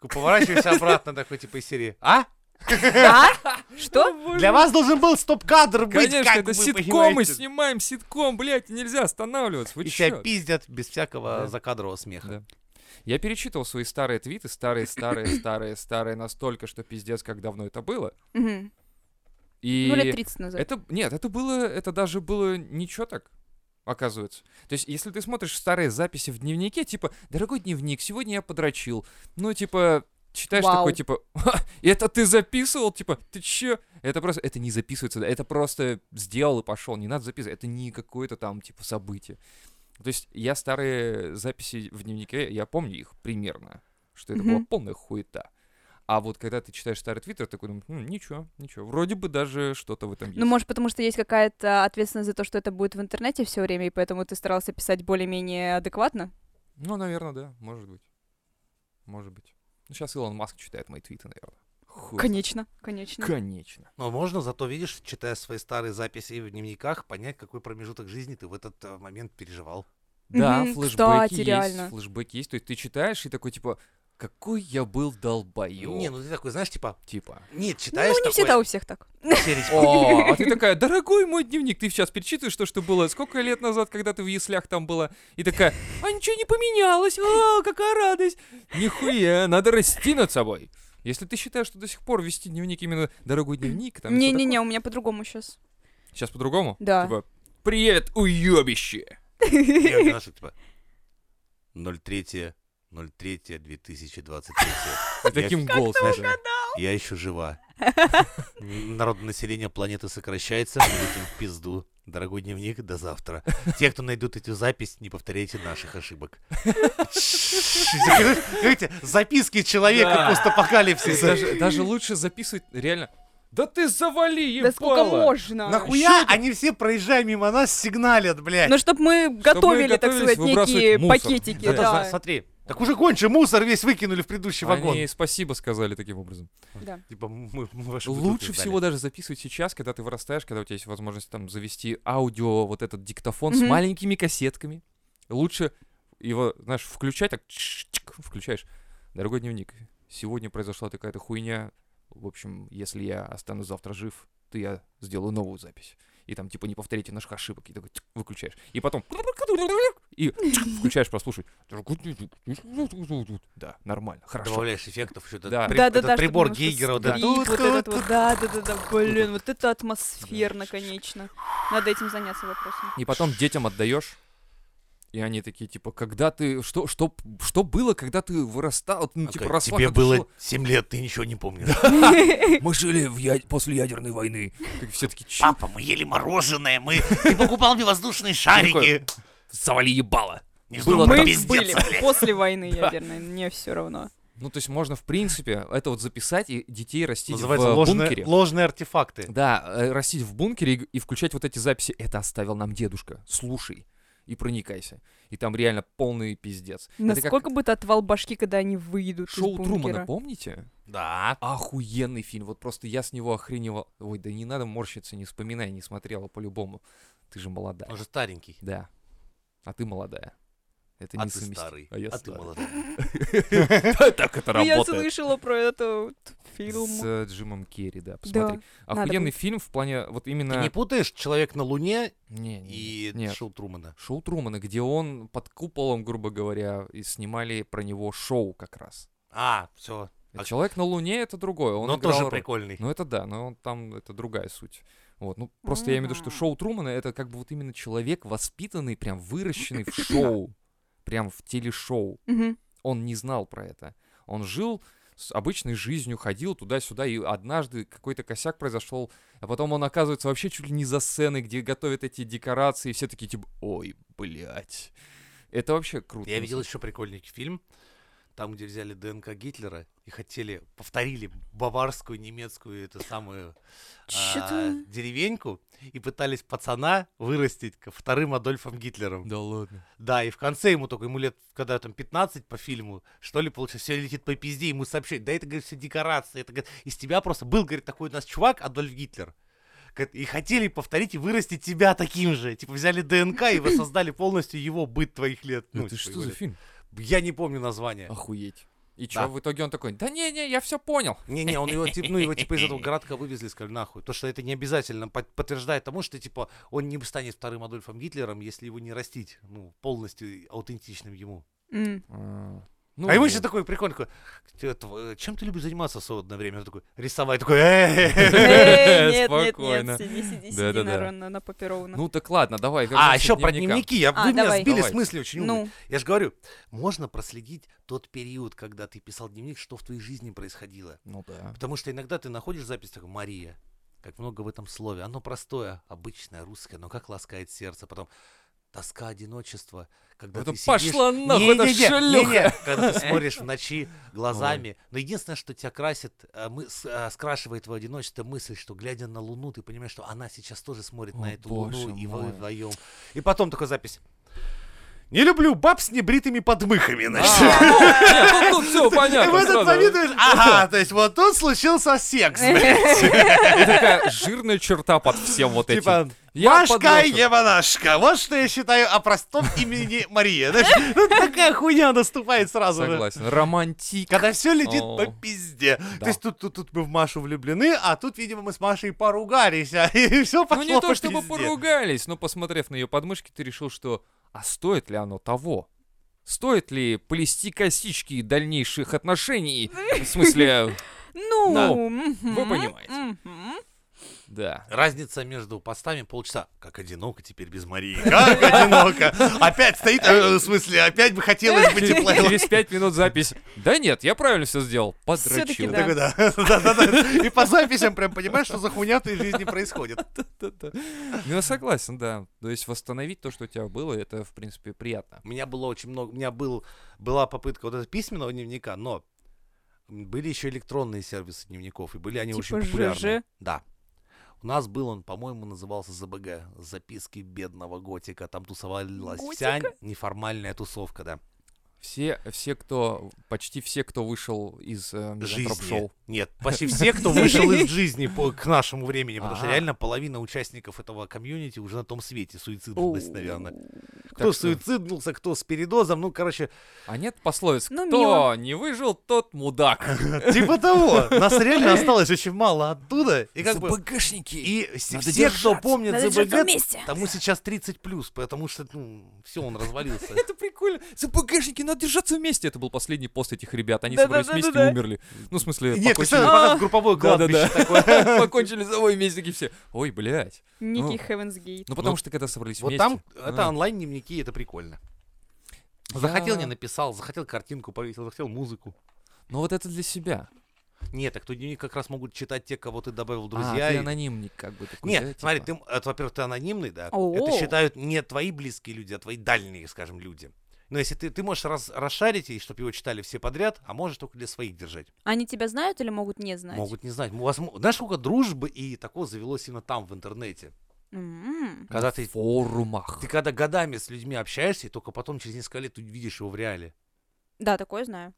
[SPEAKER 4] Поворачиваешься обратно такой, типа, из серии. А?
[SPEAKER 3] А? Что?
[SPEAKER 4] Для вас должен был стоп-кадр быть,
[SPEAKER 2] Конечно,
[SPEAKER 4] Ну, как
[SPEAKER 2] это
[SPEAKER 4] вы
[SPEAKER 2] ситком, и
[SPEAKER 4] понимаете.
[SPEAKER 2] снимаем ситком, блядь, нельзя останавливаться. Вы
[SPEAKER 4] И тебя
[SPEAKER 2] чё?
[SPEAKER 4] пиздят без всякого
[SPEAKER 2] Да.
[SPEAKER 4] закадрового смеха.
[SPEAKER 2] Да. Я перечитывал свои старые твиты, старые, старые, старые, старые, настолько, что пиздец, как давно это было.
[SPEAKER 3] Мгм.
[SPEAKER 2] И
[SPEAKER 3] Ну, лет 30 назад.
[SPEAKER 2] это, нет, это было, это даже было ничего так, оказывается. То есть, если ты смотришь старые записи в дневнике, типа, дорогой дневник, сегодня я подрочил. Ну, типа, читаешь
[SPEAKER 3] Вау.
[SPEAKER 2] такой, типа, «Ха, это ты записывал? Типа, ты чё? Это просто, это не записывается, да, это просто сделал и пошел, не надо записывать, это не какое-то там, типа, событие. То есть, я старые записи в дневнике, я помню их примерно, что это была
[SPEAKER 3] Мгм.
[SPEAKER 2] полная хуета. А вот когда ты читаешь старый твиттер, такой думаешь, «М, ничего, ничего, вроде бы даже что-то в этом есть.
[SPEAKER 3] Ну, может, потому что есть какая-то ответственность за то, что это будет в интернете все время, и поэтому ты старался писать более-менее адекватно?
[SPEAKER 2] Ну, наверное, да, может быть. Может быть. Ну, сейчас Илон Маск читает мои твиты, наверное. Хуй.
[SPEAKER 3] Конечно, конечно. Ну,
[SPEAKER 2] Конечно.
[SPEAKER 4] Но можно, зато видишь, читая свои старые записи в дневниках, понять, какой промежуток жизни ты в этот э, момент переживал.
[SPEAKER 2] Да,
[SPEAKER 3] Мгм,
[SPEAKER 2] флешбеки
[SPEAKER 3] кстати,
[SPEAKER 2] есть,
[SPEAKER 3] реально.
[SPEAKER 2] флешбеки есть. То есть ты читаешь и такой, типа, какой я был долбоёб.
[SPEAKER 4] Не, ну ты такой, знаешь, типа,
[SPEAKER 2] Типа.
[SPEAKER 4] нет,
[SPEAKER 3] Ну,
[SPEAKER 4] читаешь
[SPEAKER 3] не
[SPEAKER 4] такое,
[SPEAKER 3] всегда у всех так.
[SPEAKER 4] серии, типа,
[SPEAKER 2] О, а ты такая, дорогой мой дневник, ты сейчас перечитываешь то, что было сколько лет назад, когда ты в яслях там была, и такая, а ничего не поменялось, а, какая радость. Нихуя, надо расти над собой. Если ты считаешь, что до сих пор вести дневник именно дорогой дневник, там... и всё
[SPEAKER 3] Не-не-не, у меня по-другому сейчас.
[SPEAKER 2] Сейчас по-другому?
[SPEAKER 3] Да.
[SPEAKER 2] Типа, привет, уёбище!
[SPEAKER 4] Я говорю, знаешь, типа, 03 03 2023.
[SPEAKER 2] И таким голосом. да.
[SPEAKER 4] Я еще жива. Н- Народное население планеты сокращается, мы летим в пизду. Дорогой дневник, до завтра. Те, кто найдут эту запись, не повторяйте наших ошибок. Видите, записки человека
[SPEAKER 2] Да.
[SPEAKER 4] постапокалипсиса.
[SPEAKER 2] Даже, даже лучше записывать, реально. Да ты завали, ебало!
[SPEAKER 3] Да сколько можно?
[SPEAKER 4] Нахуя они все, проезжая мимо нас, сигналят, блядь?
[SPEAKER 3] Ну, чтобы мы готовили, так
[SPEAKER 2] готовились
[SPEAKER 3] сказать,
[SPEAKER 2] выбрасывать
[SPEAKER 3] некие
[SPEAKER 2] мусор.
[SPEAKER 3] пакетики.
[SPEAKER 2] Да,
[SPEAKER 4] Зато,
[SPEAKER 3] Да,
[SPEAKER 4] зна- Смотри, так уже кончи, мусор весь выкинули в предыдущий
[SPEAKER 2] Они
[SPEAKER 4] вагон.
[SPEAKER 2] спасибо сказали таким образом.
[SPEAKER 3] да.
[SPEAKER 4] Типа, мы, мы ваши бутылки
[SPEAKER 2] Лучше
[SPEAKER 4] сдали.
[SPEAKER 2] всего даже записывать сейчас, когда ты вырастаешь, когда у тебя есть возможность там завести аудио, вот этот диктофон с
[SPEAKER 3] Мгм.
[SPEAKER 2] маленькими кассетками. Лучше его, знаешь, включать так, чик, включаешь. Дорогой дневник, сегодня произошла такая-то хуйня. В общем, если я останусь завтра жив, то я сделаю новую запись. И там, типа, не повторите наших ошибок. И такой тьк, выключаешь. И потом и тьк, включаешь прослушать. Да, нормально, хорошо.
[SPEAKER 4] Добавляешь эффектов, еще этот
[SPEAKER 2] Да.
[SPEAKER 4] при-
[SPEAKER 3] да, да,
[SPEAKER 4] этот
[SPEAKER 3] да,
[SPEAKER 4] прибор Гейгера. вот
[SPEAKER 3] Да.
[SPEAKER 4] этот.
[SPEAKER 3] вот этот вот, да, да, да, да, блин, вот это атмосферно, конечно. Надо этим заняться вопросом.
[SPEAKER 2] И потом детям отдаешь. И они такие, типа, когда ты... Что, что, что было, когда ты вырастал? Ну, типа,
[SPEAKER 4] Такая,
[SPEAKER 2] росла,
[SPEAKER 4] Тебе
[SPEAKER 2] как
[SPEAKER 4] было
[SPEAKER 2] шла».
[SPEAKER 4] 7 лет, ты ничего не помнишь.
[SPEAKER 2] Мы жили в я- после ядерной войны. Так все таки чё?
[SPEAKER 4] Папа, мы ели мороженое, мы... Ты покупал мне воздушные шарики.
[SPEAKER 2] Завали ебало.
[SPEAKER 4] Не
[SPEAKER 2] Было
[SPEAKER 4] знаю,
[SPEAKER 2] там
[SPEAKER 3] Мы
[SPEAKER 4] пиздец,
[SPEAKER 3] были
[SPEAKER 4] блядь.
[SPEAKER 3] после войны ядерной, мне все равно.
[SPEAKER 2] Ну, то есть можно, в принципе, это вот записать и детей растить
[SPEAKER 4] Называется
[SPEAKER 2] в э,
[SPEAKER 4] ложные,
[SPEAKER 2] бункере.
[SPEAKER 4] ложные артефакты.
[SPEAKER 2] Да, э, растить в бункере и, и включать вот эти записи. Это оставил нам дедушка. Слушай и проникайся. И там реально полный пиздец. это как
[SPEAKER 3] Насколько будет отвал башки, когда они выйдут из
[SPEAKER 2] шоу Трумана,
[SPEAKER 3] бункера?
[SPEAKER 2] помните?
[SPEAKER 4] Да.
[SPEAKER 2] Охуенный фильм. Вот просто я с него охреневал. Ой, да не надо морщиться, не вспоминай, не смотрела по-любому. Ты же молодая.
[SPEAKER 4] Он же старенький.
[SPEAKER 2] Да. А ты молодая. Это
[SPEAKER 4] А
[SPEAKER 2] не
[SPEAKER 4] ты
[SPEAKER 2] совмести-
[SPEAKER 4] старый.
[SPEAKER 2] А я
[SPEAKER 4] а ты
[SPEAKER 2] старый.
[SPEAKER 4] молодой.
[SPEAKER 2] Так это
[SPEAKER 3] Ну, Я
[SPEAKER 2] работает.
[SPEAKER 3] слышала про этот
[SPEAKER 2] С
[SPEAKER 3] фильм.
[SPEAKER 2] э, Джимом Керри, да,
[SPEAKER 3] Да.
[SPEAKER 2] посмотри.
[SPEAKER 3] надо
[SPEAKER 2] Охуенный
[SPEAKER 3] будет.
[SPEAKER 2] фильм в плане вот
[SPEAKER 4] Ты не
[SPEAKER 2] именно...
[SPEAKER 4] путаешь «Человек на Луне»
[SPEAKER 2] Не, не,
[SPEAKER 4] и
[SPEAKER 2] нет.
[SPEAKER 4] «Шоу Трумана»?
[SPEAKER 2] Шоу Трумана, где он под куполом, грубо говоря, и снимали про него шоу как раз.
[SPEAKER 4] А, все. А-
[SPEAKER 2] Человек на Луне это другое. Он
[SPEAKER 4] но
[SPEAKER 2] играл
[SPEAKER 4] тоже
[SPEAKER 2] роль.
[SPEAKER 4] прикольный.
[SPEAKER 2] Ну это да, но он там это другая суть. Вот, ну просто я имею в виду, что
[SPEAKER 3] Мгм.
[SPEAKER 2] шоу Трумана это как бы вот именно человек воспитанный, прям выращенный в шоу, прям в телешоу.
[SPEAKER 3] Мгм.
[SPEAKER 2] Он не знал про это. Он жил с обычной жизнью, ходил туда-сюда, и однажды какой-то косяк произошел, а потом он оказывается вообще чуть ли не за сценой, где готовят эти декорации, и все такие типа, ой, блядь. Это вообще круто.
[SPEAKER 4] Я
[SPEAKER 2] на
[SPEAKER 4] видел
[SPEAKER 2] самом-
[SPEAKER 4] еще прикольный фильм, там, где взяли ДНК Гитлера и хотели, повторили баварскую, немецкую, эту самую а,
[SPEAKER 3] Чё-то-
[SPEAKER 4] деревеньку, и пытались пацана вырастить ко вторым Адольфом Гитлером.
[SPEAKER 2] Да ладно.
[SPEAKER 4] Да, и в конце ему только, ему лет, когда там 15 по фильму, что ли, получается, все летит по пизде, ему сообщают, да это, говорит, все декорации, это, говорит, из тебя просто был, говорит, такой у нас чувак, Адольф Гитлер, Говорит, и хотели повторить и вырастить тебя таким же. Типа взяли ДНК и воссоздали полностью его быт твоих лет. Ну,
[SPEAKER 2] это
[SPEAKER 4] типа,
[SPEAKER 2] что
[SPEAKER 4] его
[SPEAKER 2] за
[SPEAKER 4] лет.
[SPEAKER 2] фильм?
[SPEAKER 4] Я не помню название.
[SPEAKER 2] Охуеть. И
[SPEAKER 4] Да.
[SPEAKER 2] чё, в итоге он такой, да не-не, я все понял.
[SPEAKER 4] Не-не, он его, типа, ну, его, типа, из этого городка вывезли, сказали, нахуй. То, что это не обязательно под- подтверждает тому, что, типа, он не станет вторым Адольфом Гитлером, если его не растить, ну, полностью аутентичным ему.
[SPEAKER 3] М.
[SPEAKER 2] А, ну
[SPEAKER 4] а ему
[SPEAKER 2] вот.
[SPEAKER 4] еще такой прикольный, такой, «Ты это, э, чем ты любишь заниматься в свободное время? Он такой, рисовать, такой, «Э, «Э-э-э».
[SPEAKER 3] Эй, Э, Нет, нет,
[SPEAKER 2] Спокойно.
[SPEAKER 3] нет, сиди, сиди, сиди,
[SPEAKER 2] Да-да-да.
[SPEAKER 3] наверное, напапировано.
[SPEAKER 2] Ну так ладно, давай. вернёмся
[SPEAKER 4] А,
[SPEAKER 2] к
[SPEAKER 4] еще про
[SPEAKER 2] дневникам.
[SPEAKER 4] дневники. Я,
[SPEAKER 3] А,
[SPEAKER 4] вы меня
[SPEAKER 3] давай.
[SPEAKER 4] сбили с
[SPEAKER 2] Давай.
[SPEAKER 4] мысли очень умные.
[SPEAKER 3] Ну,
[SPEAKER 4] Я же говорю, можно проследить тот период, когда ты писал дневник, что в твоей жизни происходило.
[SPEAKER 2] Ну да.
[SPEAKER 4] Потому что иногда ты находишь запись, такой, Мария, как много в этом слове. Оно простое, обычное, русское, но как ласкает сердце. Потом тоска одиночества, когда
[SPEAKER 2] Это
[SPEAKER 4] ты сидишь...
[SPEAKER 2] пошла нахуй, это А.
[SPEAKER 4] Не-не-не,
[SPEAKER 2] шлюха.
[SPEAKER 4] не-не, когда ты смотришь в ночи глазами. Но единственное, что тебя красит, а, мы- с- а, скрашивает твое одиночество мысль, что глядя на Луну, ты понимаешь, что она сейчас тоже смотрит
[SPEAKER 2] О,
[SPEAKER 4] на эту
[SPEAKER 2] боже
[SPEAKER 4] Луну и
[SPEAKER 2] мой.
[SPEAKER 4] вы вдвоем. И потом такая запись. Не люблю баб с небритыми подмыхами, значит.
[SPEAKER 2] А, ну, ну, всё,
[SPEAKER 4] И
[SPEAKER 2] понятно.
[SPEAKER 4] в этот
[SPEAKER 2] сразу.
[SPEAKER 4] момент ты говоришь, ага, то есть вот тут случился секс. блядь».
[SPEAKER 2] И такая жирная черта под всем вот этим.
[SPEAKER 4] Типа,
[SPEAKER 2] Я
[SPEAKER 4] Машка
[SPEAKER 2] подошел.
[SPEAKER 4] Еванашка. Вот что я считаю о простом имени Мария. Знаешь, ну такая хуйня наступает сразу. да.
[SPEAKER 2] Согласен. Романтик.
[SPEAKER 4] Когда все летит по
[SPEAKER 2] О.
[SPEAKER 4] пизде. То
[SPEAKER 2] Да.
[SPEAKER 4] есть тут, тут, тут мы в Машу влюблены, а тут, видимо, мы с Машей поругались, а, и все
[SPEAKER 2] Ну
[SPEAKER 4] пошло
[SPEAKER 2] не
[SPEAKER 4] по
[SPEAKER 2] то чтобы
[SPEAKER 4] пизде.
[SPEAKER 2] поругались, но посмотрев на ее подмышки, ты решил, что а стоит ли оно того? Стоит ли плести косички дальнейших отношений? В смысле,
[SPEAKER 3] ну,
[SPEAKER 2] Ну,
[SPEAKER 3] мгм,
[SPEAKER 2] вы понимаете.
[SPEAKER 3] мгм.
[SPEAKER 2] да.
[SPEAKER 4] Разница между постами полчаса. Как одиноко теперь без Марии. Как одиноко. Опять стоит, э, в смысле, опять бы хотелось бы тепла.
[SPEAKER 2] Через пять минут запись. Да нет, я правильно все сделал.
[SPEAKER 3] Всё-таки
[SPEAKER 2] Подрочил.
[SPEAKER 3] да.
[SPEAKER 4] Такой, да. Да-да-да. И по записям прям понимаешь, что за хуйня в твоей жизни происходит.
[SPEAKER 2] Да-да. Ну, я согласен, да. То есть восстановить то, что у тебя было, это, в принципе, приятно.
[SPEAKER 4] У меня было очень много, у меня был, была попытка вот этого письменного дневника, но м, были еще электронные сервисы дневников, и были они
[SPEAKER 3] Типа
[SPEAKER 4] очень популярны.
[SPEAKER 3] ЖЖ?
[SPEAKER 4] Да. У нас был он, по-моему, назывался ЗБГ, записки бедного готика, там тусовалась вся
[SPEAKER 3] Готика?
[SPEAKER 4] неформальная тусовка, да.
[SPEAKER 2] Все, все, кто, почти все, кто вышел из э,
[SPEAKER 4] Жизни.
[SPEAKER 2] шоу
[SPEAKER 4] Нет, почти все, кто вышел из жизни по- к нашему времени, потому что
[SPEAKER 2] Ага.
[SPEAKER 4] реально половина участников этого комьюнити уже на том свете суициднулась, наверное. Кто
[SPEAKER 2] Так что-
[SPEAKER 4] суициднулся, кто с передозом, ну, короче,
[SPEAKER 2] А нет пословиц,
[SPEAKER 3] Ну,
[SPEAKER 2] кто
[SPEAKER 3] мило.
[SPEAKER 2] не выжил, тот мудак.
[SPEAKER 4] Типа того. Нас реально осталось очень мало оттуда. И как бы...
[SPEAKER 2] БГшники.
[SPEAKER 4] И с-
[SPEAKER 2] Надо
[SPEAKER 4] все, кто
[SPEAKER 2] держаться.
[SPEAKER 4] помнит
[SPEAKER 3] Надо держаться
[SPEAKER 4] ЗБГ,
[SPEAKER 3] вместе.
[SPEAKER 4] тому сейчас 30 плюс, потому что, ну, все, он развалился.
[SPEAKER 2] Это прикольно. За БГшники надо держаться вместе. Это был последний пост этих ребят. Они
[SPEAKER 3] Да-да-да-да-да.
[SPEAKER 2] собрались вместе и умерли. Ну, в смысле,
[SPEAKER 4] Нет,
[SPEAKER 2] покончили...
[SPEAKER 4] представляешь, пока в групповое кладбище
[SPEAKER 2] Да-да-да.
[SPEAKER 4] такое.
[SPEAKER 2] покончили с собой вместе такие все. Ой, блядь.
[SPEAKER 3] Некий
[SPEAKER 2] Ну,
[SPEAKER 3] Heaven's Gate.
[SPEAKER 2] Ну, потому
[SPEAKER 4] Ну,
[SPEAKER 2] что когда собрались
[SPEAKER 4] Вот
[SPEAKER 2] вместе...
[SPEAKER 4] там, это
[SPEAKER 2] а.
[SPEAKER 4] онлайн-дневники, это прикольно.
[SPEAKER 2] Я-
[SPEAKER 4] Захотел, не написал, захотел картинку повесил, захотел музыку.
[SPEAKER 2] Ну, вот это для себя.
[SPEAKER 4] Нет, так тут дневник как раз могут читать те, кого ты добавил в
[SPEAKER 2] А,
[SPEAKER 4] друзья.
[SPEAKER 2] ты
[SPEAKER 4] и-
[SPEAKER 2] анонимник как бы такой. да,
[SPEAKER 4] Нет, смотри,
[SPEAKER 2] типа?
[SPEAKER 4] ты, м- это, во-первых, ты анонимный, да. Это
[SPEAKER 3] О.
[SPEAKER 4] считают не твои близкие люди, а твои дальние, скажем, люди. Но если ты, ты можешь раз- расшарить, и чтобы его читали все подряд, а можешь только для своих держать.
[SPEAKER 3] Они тебя знают или могут не знать?
[SPEAKER 4] Могут не знать. М, возможно- Знаешь, сколько дружбы и такого завелось именно там, в интернете.
[SPEAKER 3] М.
[SPEAKER 4] Когда
[SPEAKER 2] На
[SPEAKER 4] ты,
[SPEAKER 2] форумах.
[SPEAKER 4] ты когда годами с людьми общаешься, и только потом через несколько лет ты видишь его в реале.
[SPEAKER 3] Да, такое знаю.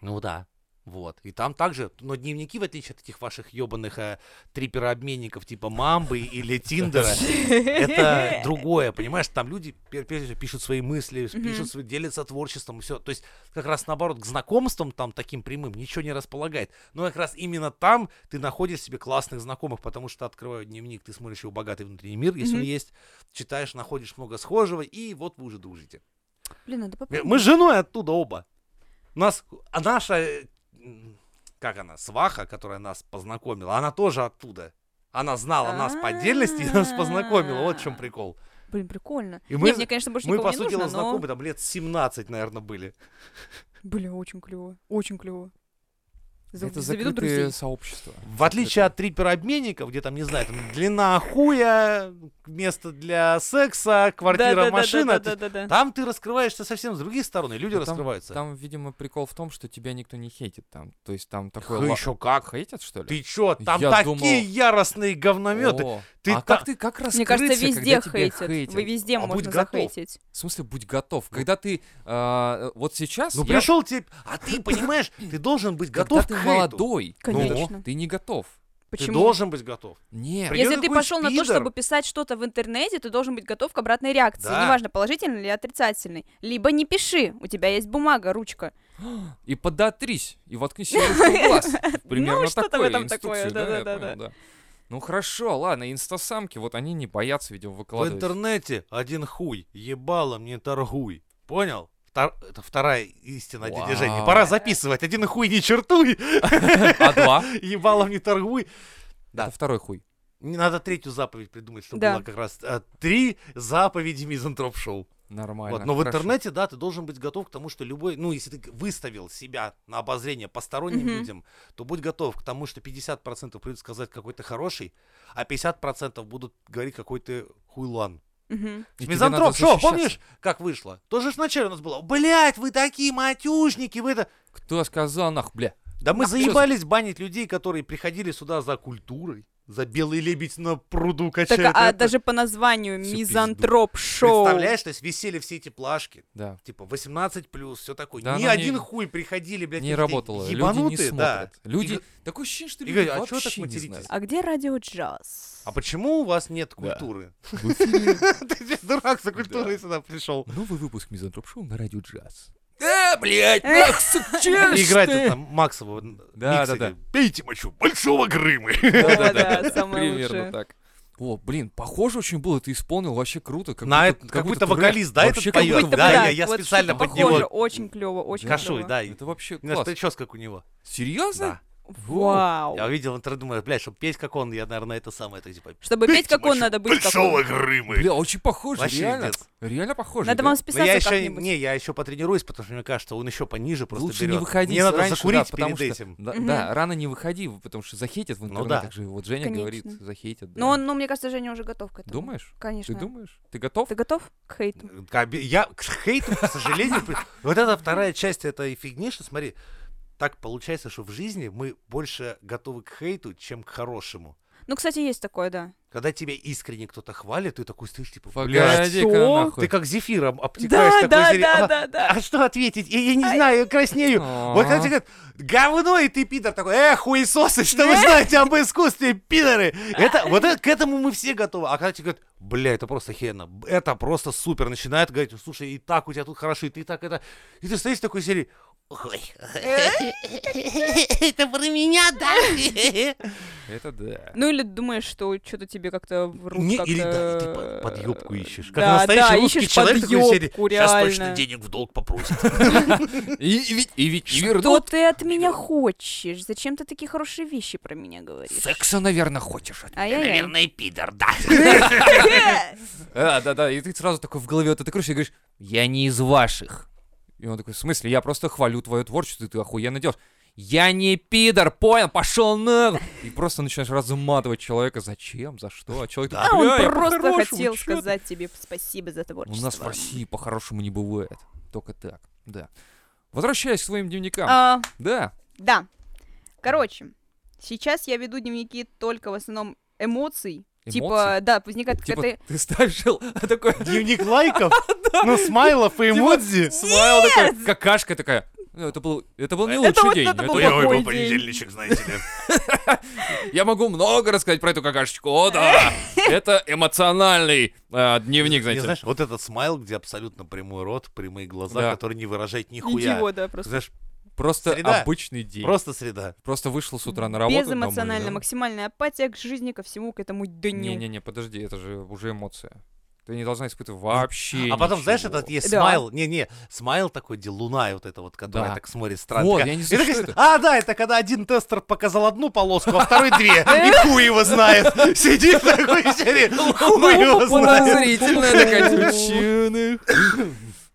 [SPEAKER 4] Ну да. Вот. И там также, но дневники, в отличие от этих ваших ебаных э, трипера-обменников типа Мамбы или Тиндера, это другое, понимаешь, там люди пер- прежде всего пишут свои мысли,
[SPEAKER 3] Мгм.
[SPEAKER 4] пишут, свои- делятся творчеством и все. То есть как раз наоборот к знакомствам там таким прямым ничего не располагает. Но как раз именно там ты находишь себе классных знакомых, потому что открывают дневник, ты смотришь его богатый внутренний мир, если он
[SPEAKER 3] Мгм.
[SPEAKER 4] есть, читаешь, находишь много схожего, и вот вы уже дружите. Э,
[SPEAKER 3] Блин, надо
[SPEAKER 4] Мы
[SPEAKER 3] попробовать.
[SPEAKER 4] мы с женой оттуда оба. У нас а наша э, м, как она, сваха, которая нас познакомила, она тоже оттуда. Она знала нас по отдельности и нас
[SPEAKER 3] А-а-а.
[SPEAKER 4] познакомила. Вот в чем прикол.
[SPEAKER 3] Блин, прикольно.
[SPEAKER 4] Э, И
[SPEAKER 3] Не,
[SPEAKER 4] мы-
[SPEAKER 3] мне, конечно, больше
[SPEAKER 4] Мы,
[SPEAKER 3] никого
[SPEAKER 4] по
[SPEAKER 3] не
[SPEAKER 4] сути,
[SPEAKER 3] нужно,
[SPEAKER 4] дела,
[SPEAKER 3] но...
[SPEAKER 4] знакомы, там лет 17, наверное, были.
[SPEAKER 3] Бля, очень клево. Очень клево. Зав-
[SPEAKER 2] Это
[SPEAKER 3] заведу
[SPEAKER 2] закрытое
[SPEAKER 3] друзей.
[SPEAKER 2] сообщество.
[SPEAKER 4] В отличие от трипера-обменников, где там, не знаю, там длина хуя, место для секса, квартира, машина. то есть
[SPEAKER 3] Да-да-да-да-да-да.
[SPEAKER 4] Там ты раскрываешься совсем с других сторон, и люди
[SPEAKER 2] Ну, там-
[SPEAKER 4] раскрываются.
[SPEAKER 2] Там, видимо, прикол в том, что тебя никто не хейтит там. То есть там такое...
[SPEAKER 4] Хы,
[SPEAKER 2] ла- «А,
[SPEAKER 4] еще как.
[SPEAKER 2] Хейтят, что ли?
[SPEAKER 4] Ты чё, там
[SPEAKER 2] Я
[SPEAKER 4] такие
[SPEAKER 2] думал-
[SPEAKER 4] яростные говнометы.
[SPEAKER 2] О,
[SPEAKER 4] ты та-
[SPEAKER 2] а как ты как раскрыться,
[SPEAKER 3] Мне кажется,
[SPEAKER 2] когда
[SPEAKER 3] везде
[SPEAKER 2] тебя
[SPEAKER 3] хейтят. Вы везде
[SPEAKER 4] А будь
[SPEAKER 3] можно
[SPEAKER 4] готов.
[SPEAKER 3] захейтить.
[SPEAKER 2] В смысле, будь готов. Когда ты а, вот сейчас,
[SPEAKER 4] Ну
[SPEAKER 2] я-
[SPEAKER 4] пришел тебе, а ты понимаешь, ты должен быть
[SPEAKER 2] когда
[SPEAKER 4] готов
[SPEAKER 2] ты
[SPEAKER 4] к хейту.
[SPEAKER 2] молодой,
[SPEAKER 3] Конечно.
[SPEAKER 2] ты не готов.
[SPEAKER 4] Ты
[SPEAKER 3] Почему?
[SPEAKER 4] должен быть готов.
[SPEAKER 2] Нет.
[SPEAKER 4] Придёт
[SPEAKER 3] Если ты
[SPEAKER 4] какой-нибудь
[SPEAKER 3] пошел на то,
[SPEAKER 4] пидор.
[SPEAKER 3] чтобы писать что-то в интернете, ты должен быть готов к обратной реакции.
[SPEAKER 4] Да.
[SPEAKER 3] Неважно, положительной или отрицательной. Либо не пиши, у тебя есть бумага, ручка.
[SPEAKER 2] И подотрись, и воткни себе ручку в глаз.
[SPEAKER 3] Ну
[SPEAKER 2] Примерно
[SPEAKER 3] что-то в
[SPEAKER 2] такое,
[SPEAKER 3] этом
[SPEAKER 2] инструкцию,
[SPEAKER 3] такое, да-да-да-да.
[SPEAKER 2] я понял, да. Ну хорошо, ладно, инстасамки, вот они не боятся, видимо,
[SPEAKER 4] В
[SPEAKER 2] выкладывать.
[SPEAKER 4] интернете один хуй, ебалом не торгуй. Понял? Втор- Это вторая истина о
[SPEAKER 2] Вау.
[SPEAKER 4] деньжении. Пора записывать. Один хуй не чертуй,
[SPEAKER 2] А два?
[SPEAKER 4] ебалом не торгуй. Да.
[SPEAKER 2] Это второй хуй.
[SPEAKER 4] Не надо третью заповедь придумать, чтобы
[SPEAKER 3] Да.
[SPEAKER 4] была как раз э, три заповеди мизантроп-шоу.
[SPEAKER 2] Нормально.
[SPEAKER 4] Вот, но в
[SPEAKER 2] ну хорошо.
[SPEAKER 4] интернете, да, ты должен быть готов к тому, что любой, ну, если ты выставил себя на обозрение посторонним
[SPEAKER 3] Мгм.
[SPEAKER 4] людям, то будь готов к тому, что 50% придут сказать какой ты хороший, а 50% будут говорить какой ты хуйлан.
[SPEAKER 3] Мгм.
[SPEAKER 2] И тебе надо
[SPEAKER 4] Мизантроп, шо,
[SPEAKER 2] защищаться.
[SPEAKER 4] помнишь, как вышло? Тоже ж вначале у нас было, блядь, вы такие матюшники, вы это...
[SPEAKER 2] Кто сказал нах, бля?
[SPEAKER 4] Да мы
[SPEAKER 2] А чё за-
[SPEAKER 4] заебались банить людей, которые приходили сюда за культурой, за белый лебедь на пруду
[SPEAKER 3] Так,
[SPEAKER 4] качает.
[SPEAKER 3] а
[SPEAKER 4] это.
[SPEAKER 3] даже по названию
[SPEAKER 2] Всю пизду.
[SPEAKER 3] мизантроп-шоу.
[SPEAKER 4] Представляешь, то есть висели все эти плашки,
[SPEAKER 2] Да.
[SPEAKER 4] типа 18 плюс, все такое.
[SPEAKER 2] Да,
[SPEAKER 4] Ни
[SPEAKER 2] оно не-
[SPEAKER 4] один хуй приходили, блядь,
[SPEAKER 2] Не
[SPEAKER 4] какие-то
[SPEAKER 2] работало. Люди не
[SPEAKER 4] ебанутые, да.
[SPEAKER 2] смотрят. Люди.
[SPEAKER 4] И г-
[SPEAKER 2] Такое ощущение, что
[SPEAKER 4] и
[SPEAKER 2] люди
[SPEAKER 4] говорят, «А чё
[SPEAKER 2] вообще
[SPEAKER 4] так
[SPEAKER 2] не
[SPEAKER 4] материтесь?»
[SPEAKER 2] знают.
[SPEAKER 3] А где радио джаз?
[SPEAKER 4] А почему у вас нет
[SPEAKER 2] Да.
[SPEAKER 4] культуры?
[SPEAKER 2] В эфире
[SPEAKER 4] Ты здесь дурак за культурой сюда пришел.
[SPEAKER 2] Новый выпуск Мизантроп Шоу на радио джаз. А,
[SPEAKER 3] Э,
[SPEAKER 2] блядь, нах, сука, чё ж
[SPEAKER 4] Играть
[SPEAKER 2] ты?
[SPEAKER 4] вот там Максову.
[SPEAKER 2] Да,
[SPEAKER 4] миксере.
[SPEAKER 2] да, да.
[SPEAKER 4] Пейте мочу большого Грымы.
[SPEAKER 3] Да-да-да, самое
[SPEAKER 2] Примерно
[SPEAKER 3] лучшее.
[SPEAKER 2] так. О, блин, похоже очень было, ты исполнил вообще круто. Как
[SPEAKER 4] На
[SPEAKER 2] будто-
[SPEAKER 4] это-
[SPEAKER 2] как
[SPEAKER 4] как будто
[SPEAKER 2] будто трек,
[SPEAKER 4] вокалист, да, этот
[SPEAKER 2] вообще
[SPEAKER 4] поёт?
[SPEAKER 2] как будто-
[SPEAKER 4] Да,
[SPEAKER 3] вот
[SPEAKER 4] я- я
[SPEAKER 3] вот
[SPEAKER 4] специально
[SPEAKER 3] что-то
[SPEAKER 4] под него-
[SPEAKER 3] похоже, очень клево, очень
[SPEAKER 4] Кашуй,
[SPEAKER 3] клево.
[SPEAKER 4] да. и-
[SPEAKER 2] Это вообще
[SPEAKER 4] У нас
[SPEAKER 2] класс.
[SPEAKER 4] прическа как у него.
[SPEAKER 2] Серьезно?
[SPEAKER 4] Да.
[SPEAKER 3] Вау.
[SPEAKER 4] Я увидел в интернет, думаю, блядь, чтобы петь как он, я, наверное, это самое, это типа...
[SPEAKER 3] Чтобы петь, как он,
[SPEAKER 4] мочу
[SPEAKER 3] надо быть как он.
[SPEAKER 4] Грымы.
[SPEAKER 2] Бля, очень похоже,
[SPEAKER 4] Вообще
[SPEAKER 2] реально.
[SPEAKER 4] пиздец.
[SPEAKER 2] Реально похоже.
[SPEAKER 3] Надо
[SPEAKER 2] да?
[SPEAKER 3] вам
[SPEAKER 4] Но Ну, я
[SPEAKER 3] списаться
[SPEAKER 4] еще,
[SPEAKER 3] как-нибудь.
[SPEAKER 4] не, я еще потренируюсь, потому что мне кажется, он еще пониже просто
[SPEAKER 2] Лучше не
[SPEAKER 4] берет.
[SPEAKER 2] выходить
[SPEAKER 4] Мне надо
[SPEAKER 2] раньше,
[SPEAKER 4] закурить
[SPEAKER 2] да, потому
[SPEAKER 4] перед
[SPEAKER 2] что,
[SPEAKER 4] этим. Ну
[SPEAKER 2] Да,
[SPEAKER 3] Мгм.
[SPEAKER 2] да, рано не выходи, потому что захейтят в интернетах
[SPEAKER 4] да.
[SPEAKER 2] же. Вот Женя говорит,
[SPEAKER 3] Конечно.
[SPEAKER 2] захейтят. да.
[SPEAKER 3] Но он, ну, мне кажется, Женя уже готов к этому.
[SPEAKER 2] Думаешь? Ты
[SPEAKER 3] Конечно.
[SPEAKER 2] думаешь? Ты готов?
[SPEAKER 3] Ты готов к хейту?
[SPEAKER 4] К обе- Я к хейту, к сожалению, при- вот эта вторая часть этой фигни, что смотри, так получается, что в жизни мы больше готовы к хейту, чем к хорошему.
[SPEAKER 3] Ну, кстати, есть такое, да.
[SPEAKER 4] Когда тебя искренне кто-то хвалит, ты такой стоишь, типа, блядь,
[SPEAKER 2] Погоди-ка
[SPEAKER 3] что?
[SPEAKER 2] нахуй.
[SPEAKER 4] ты как зефиром обтекаешь такой
[SPEAKER 3] Да, да,
[SPEAKER 4] зеле-
[SPEAKER 3] да,
[SPEAKER 4] а,
[SPEAKER 3] да, да.
[SPEAKER 4] а что ответить? Я, я не
[SPEAKER 1] А
[SPEAKER 4] знаю, я краснею. Вот
[SPEAKER 3] А.
[SPEAKER 2] А,
[SPEAKER 4] когда тебе говорят, говно, и ты, пидор, такой, э, хуесосы, что вы знаете об искусстве, пидоры? Это, вот это- к этому мы все готовы. А когда тебе говорят, бля, это просто херно, б- это просто супер, начинает говорить, слушай, и так у тебя тут хорошо, и ты так это... И ты стоишь в такой серии,
[SPEAKER 1] Ой. Это про меня, да?
[SPEAKER 2] Это да.
[SPEAKER 3] Ну, или думаешь, что что-то тебе как-то врут,
[SPEAKER 4] не,
[SPEAKER 3] как-то...
[SPEAKER 4] или да, и ты по- под юбку ищешь. Как
[SPEAKER 3] да,
[SPEAKER 4] настоящий
[SPEAKER 3] да,
[SPEAKER 4] русский
[SPEAKER 3] ищешь
[SPEAKER 4] человек
[SPEAKER 3] под
[SPEAKER 4] такой в серии,
[SPEAKER 3] юбку,
[SPEAKER 4] «Щас точно
[SPEAKER 3] реально».
[SPEAKER 4] денег в долг попросит.
[SPEAKER 2] И, и ведь, и ведь не
[SPEAKER 3] Что
[SPEAKER 2] вернут.
[SPEAKER 3] ты от меня хочешь? Зачем ты такие хорошие вещи про меня говоришь?
[SPEAKER 2] Секса, наверное, хочешь. от-
[SPEAKER 3] Ай-яй-яй.
[SPEAKER 1] пидор, да?
[SPEAKER 2] А, да-да, и ты сразу такой в голове вот это крыши и говоришь, я не из ваших. И он такой, в смысле, я просто хвалю твое творчество, и ты охуенно делаешь. Я не пидор, понял, пошел на... И просто начинаешь разматывать человека. Зачем, за что? А человек
[SPEAKER 3] А
[SPEAKER 2] такой,
[SPEAKER 3] он
[SPEAKER 2] «Бля, я
[SPEAKER 3] просто
[SPEAKER 2] по-хорошему,
[SPEAKER 3] хотел
[SPEAKER 2] чё ты?»
[SPEAKER 3] сказать тебе спасибо за
[SPEAKER 2] У
[SPEAKER 3] творчество.
[SPEAKER 2] нас в России по-хорошему не бывает. Только так, да. Возвращаясь к своим дневникам.
[SPEAKER 3] А,
[SPEAKER 2] Да,
[SPEAKER 3] Да. Короче, сейчас я веду дневники только в основном эмоций. Типа,
[SPEAKER 2] Эмоций?
[SPEAKER 3] да, возникает
[SPEAKER 2] типа,
[SPEAKER 3] какая-то...
[SPEAKER 2] ты ставил такой
[SPEAKER 4] Дневник лайков? Ну, смайлов и эмодзи.
[SPEAKER 2] смайл, такой, какашка такая. Ну, Это был, это был не
[SPEAKER 3] Это
[SPEAKER 2] лучший
[SPEAKER 3] вот
[SPEAKER 2] день.
[SPEAKER 3] это был
[SPEAKER 2] я-
[SPEAKER 3] Ой, был день. понедельничек,
[SPEAKER 4] знаете ли.
[SPEAKER 2] Я могу много рассказать про эту какашечку. О, да! Это эмоциональный э, дневник,
[SPEAKER 4] Не,
[SPEAKER 2] знаете.
[SPEAKER 4] знаешь, вот этот смайл, где абсолютно прямой рот, прямые глаза,
[SPEAKER 2] Да.
[SPEAKER 4] которые не выражают нихуя.
[SPEAKER 3] Ничего, да, просто.
[SPEAKER 4] Знаешь,
[SPEAKER 2] Просто
[SPEAKER 4] среда.
[SPEAKER 2] обычный день. Просто,
[SPEAKER 4] просто среда.
[SPEAKER 2] вышел с утра на работу.
[SPEAKER 3] Безэмоционально, максимальная апатия к жизни, ко всему, к этому дню.
[SPEAKER 2] Не-не-не, подожди, это же уже эмоция. Ты не должна испытывать вообще
[SPEAKER 4] А потом, знаешь,
[SPEAKER 2] ничего.
[SPEAKER 4] этот есть
[SPEAKER 3] Да.
[SPEAKER 4] смайл. Не-не, смайл такой, где луна вот эта вот, которая
[SPEAKER 2] Да.
[SPEAKER 4] так смотрит странно.
[SPEAKER 2] Вот,
[SPEAKER 4] такая-
[SPEAKER 2] я не
[SPEAKER 4] и
[SPEAKER 2] знаю,
[SPEAKER 4] такая,
[SPEAKER 2] что это.
[SPEAKER 4] А, да, это когда один тестер показал одну полоску, а второй две. И хуй его знает. Сидит такой серии,
[SPEAKER 2] Ну,
[SPEAKER 4] хуй его знает. типа,
[SPEAKER 2] Подозрительная такая девчонка.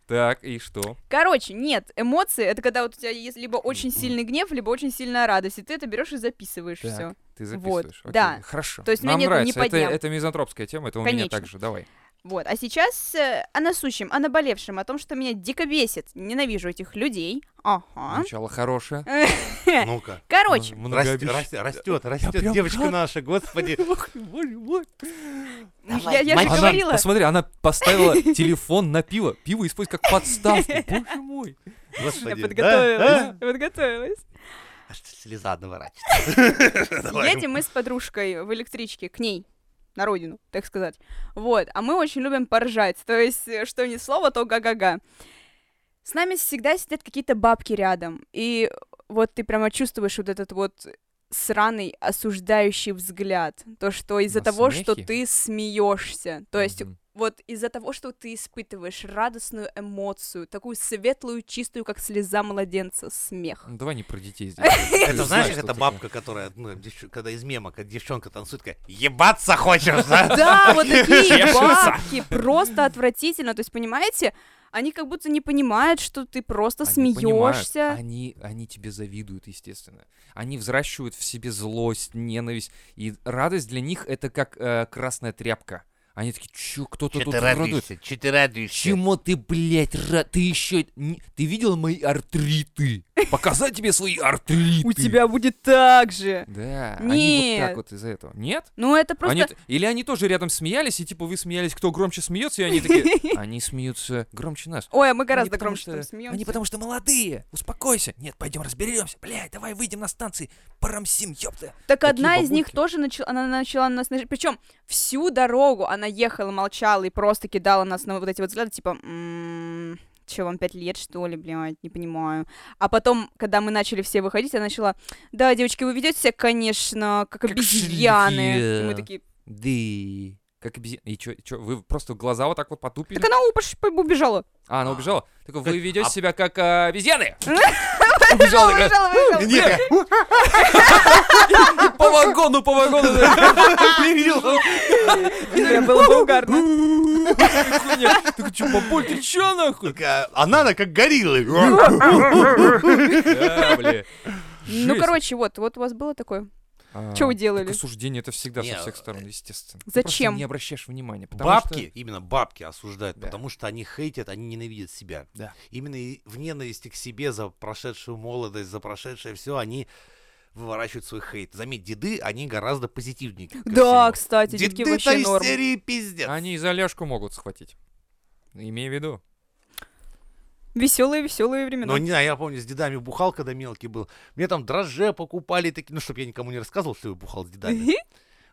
[SPEAKER 2] Так, и что?
[SPEAKER 3] Короче, нет, эмоции это когда вот у тебя есть либо очень
[SPEAKER 2] М-м-м.
[SPEAKER 3] сильный гнев, либо очень сильная радость, и ты это берешь и записываешь
[SPEAKER 2] Так.
[SPEAKER 3] все.
[SPEAKER 2] Ты
[SPEAKER 3] Вот,
[SPEAKER 2] записываешь. Окей,
[SPEAKER 3] да.
[SPEAKER 2] Хорошо.
[SPEAKER 3] То есть у меня
[SPEAKER 2] Нам
[SPEAKER 3] нету ни
[SPEAKER 2] нравится.
[SPEAKER 3] по
[SPEAKER 2] Это,
[SPEAKER 3] дням.
[SPEAKER 2] это мизантропская тема, это у меня
[SPEAKER 3] Конечно.
[SPEAKER 2] также. Давай.
[SPEAKER 3] Вот. А сейчас э, о насущем, о наболевшем, о том, что меня дико бесит. Ненавижу этих людей. Ага.
[SPEAKER 2] Начало хорошее.
[SPEAKER 4] Ну-ка.
[SPEAKER 3] А? Короче,
[SPEAKER 2] Ну, М-
[SPEAKER 4] Растет,
[SPEAKER 2] многообещ-
[SPEAKER 4] растет, растет, растет
[SPEAKER 2] прям
[SPEAKER 4] девочка
[SPEAKER 2] рад.
[SPEAKER 4] наша, господи.
[SPEAKER 2] Ох, боже мой.
[SPEAKER 1] Давай,
[SPEAKER 3] я, я же
[SPEAKER 2] Она-
[SPEAKER 3] говорила.
[SPEAKER 2] Посмотри, она поставила телефон на пиво. Пиво использует как подставку. Боже мой.
[SPEAKER 3] Я
[SPEAKER 4] Господи,
[SPEAKER 3] подготовилась.
[SPEAKER 4] да?
[SPEAKER 3] Подготовилась.
[SPEAKER 4] А? Аж слеза наворачивается. Давай.
[SPEAKER 3] Едем мы с подружкой в электричке к ней на родину, так сказать. Вот, а мы очень любим поржать, то есть, э, что ни слово, то га-га-га. С нами всегда сидят какие-то бабки рядом, и вот ты прямо чувствуешь вот этот вот сраный осуждающий взгляд, то, что из-за
[SPEAKER 2] На
[SPEAKER 3] того, что
[SPEAKER 2] смехе?
[SPEAKER 3] ты смеешься, то есть
[SPEAKER 2] Мгм.
[SPEAKER 3] вот из-за того, что ты испытываешь радостную эмоцию, такую светлую, чистую, как слеза младенца, смех.
[SPEAKER 2] Ну, Давай не про детей здесь.
[SPEAKER 4] Это знаешь,
[SPEAKER 2] что
[SPEAKER 4] как эта
[SPEAKER 2] такое?
[SPEAKER 4] бабка, которая, ну, девч- когда из мема, когда девчонка танцует, такая, ебаться хочешь, да?
[SPEAKER 3] Да, вот такие
[SPEAKER 1] Чешутся.
[SPEAKER 3] бабки, просто отвратительно. То есть, понимаете, они как будто не понимают, что ты просто
[SPEAKER 2] Они понимают,
[SPEAKER 3] смеешься.
[SPEAKER 2] Они, они тебе завидуют, естественно. Они взращивают в себе злость, ненависть. И радость для них это как э, красная тряпка. Они такие, чё, кто-то
[SPEAKER 4] Че
[SPEAKER 2] тут
[SPEAKER 4] ты
[SPEAKER 2] радует.
[SPEAKER 4] радуешься, че ты радуешься?
[SPEAKER 2] Чему ты, блядь, рад? Ты еще... Ты видел мои артриты? Показать тебе свои артриты.
[SPEAKER 3] У тебя будет так же.
[SPEAKER 2] Да, они вот
[SPEAKER 3] Нет.
[SPEAKER 2] так вот из-за этого. Нет?
[SPEAKER 3] Ну, это
[SPEAKER 2] Они
[SPEAKER 3] просто...
[SPEAKER 2] т- Или они тоже рядом смеялись, и типа вы смеялись, кто громче смеется, и они такие, они смеются громче нас.
[SPEAKER 3] Ой, а мы гораздо
[SPEAKER 2] потому
[SPEAKER 3] громче там
[SPEAKER 2] что-
[SPEAKER 3] смеемся.
[SPEAKER 2] Они потому что молодые. Успокойся. Нет, пойдем разберемся. Блядь, давай выйдем на станции. Парамсим, ёпта.
[SPEAKER 3] Так
[SPEAKER 2] Такие
[SPEAKER 3] одна из них
[SPEAKER 2] бабульки.
[SPEAKER 3] тоже начала, она начала на нас... Причем всю дорогу она ехала, молчала и просто кидала нас на вот эти вот взгляды, типа... «М, Че, вам пять лет, что ли, блядь, не понимаю. А потом, когда мы начали все выходить, она начала, да, девочки, вы ведете себя, конечно, как,
[SPEAKER 2] Как
[SPEAKER 3] обезьяны. И мы
[SPEAKER 2] шлюхи.
[SPEAKER 3] такие,
[SPEAKER 2] Да. Как обезьяна. И чё, чё, вы просто глаза вот так вот потупили?
[SPEAKER 3] так она упаш, по- убежала.
[SPEAKER 2] А, она убежала? Так вы ведете
[SPEAKER 4] а-
[SPEAKER 2] себя как а, обезьяны. Убежала, такая,
[SPEAKER 3] Убежала, убежала.
[SPEAKER 4] Нет, я-
[SPEAKER 2] по вагону, по вагону.
[SPEAKER 3] Да, было бы угарно.
[SPEAKER 2] Хуйня. Так чё, бабуль, ты чё нахуй?
[SPEAKER 4] такая, а надо как гориллы.
[SPEAKER 2] Да, бля.
[SPEAKER 3] Ну, короче, вот, вот у вас было такое. чё вы делали?
[SPEAKER 2] А, Так осуждение это всегда
[SPEAKER 4] Не,
[SPEAKER 2] со всех сторон, естественно. Ты
[SPEAKER 3] зачем?
[SPEAKER 2] просто не обращаешь внимания. потому
[SPEAKER 4] Бабки, именно бабки осуждают,
[SPEAKER 2] Да.
[SPEAKER 4] потому что они хейтят, они ненавидят себя.
[SPEAKER 2] Да.
[SPEAKER 4] Именно и в ненависти к себе за прошедшую молодость, за прошедшее все, они выворачивают свой хейт. Заметь, деды, они гораздо позитивнее. ко
[SPEAKER 3] Да,
[SPEAKER 4] всему.
[SPEAKER 3] кстати, детки
[SPEAKER 4] Деды-то
[SPEAKER 3] вообще
[SPEAKER 4] из
[SPEAKER 3] норм.
[SPEAKER 4] серии пиздец.
[SPEAKER 2] что Они и за ляжку могут схватить. Имей в виду.
[SPEAKER 3] Веселые, веселые
[SPEAKER 4] Ну,
[SPEAKER 3] времена.
[SPEAKER 4] не знаю, я помню, с дедами бухал, когда мелкий был. Мне там дрожже покупали такие, ну, чтобы я никому не рассказывал, что я бухал с дедами.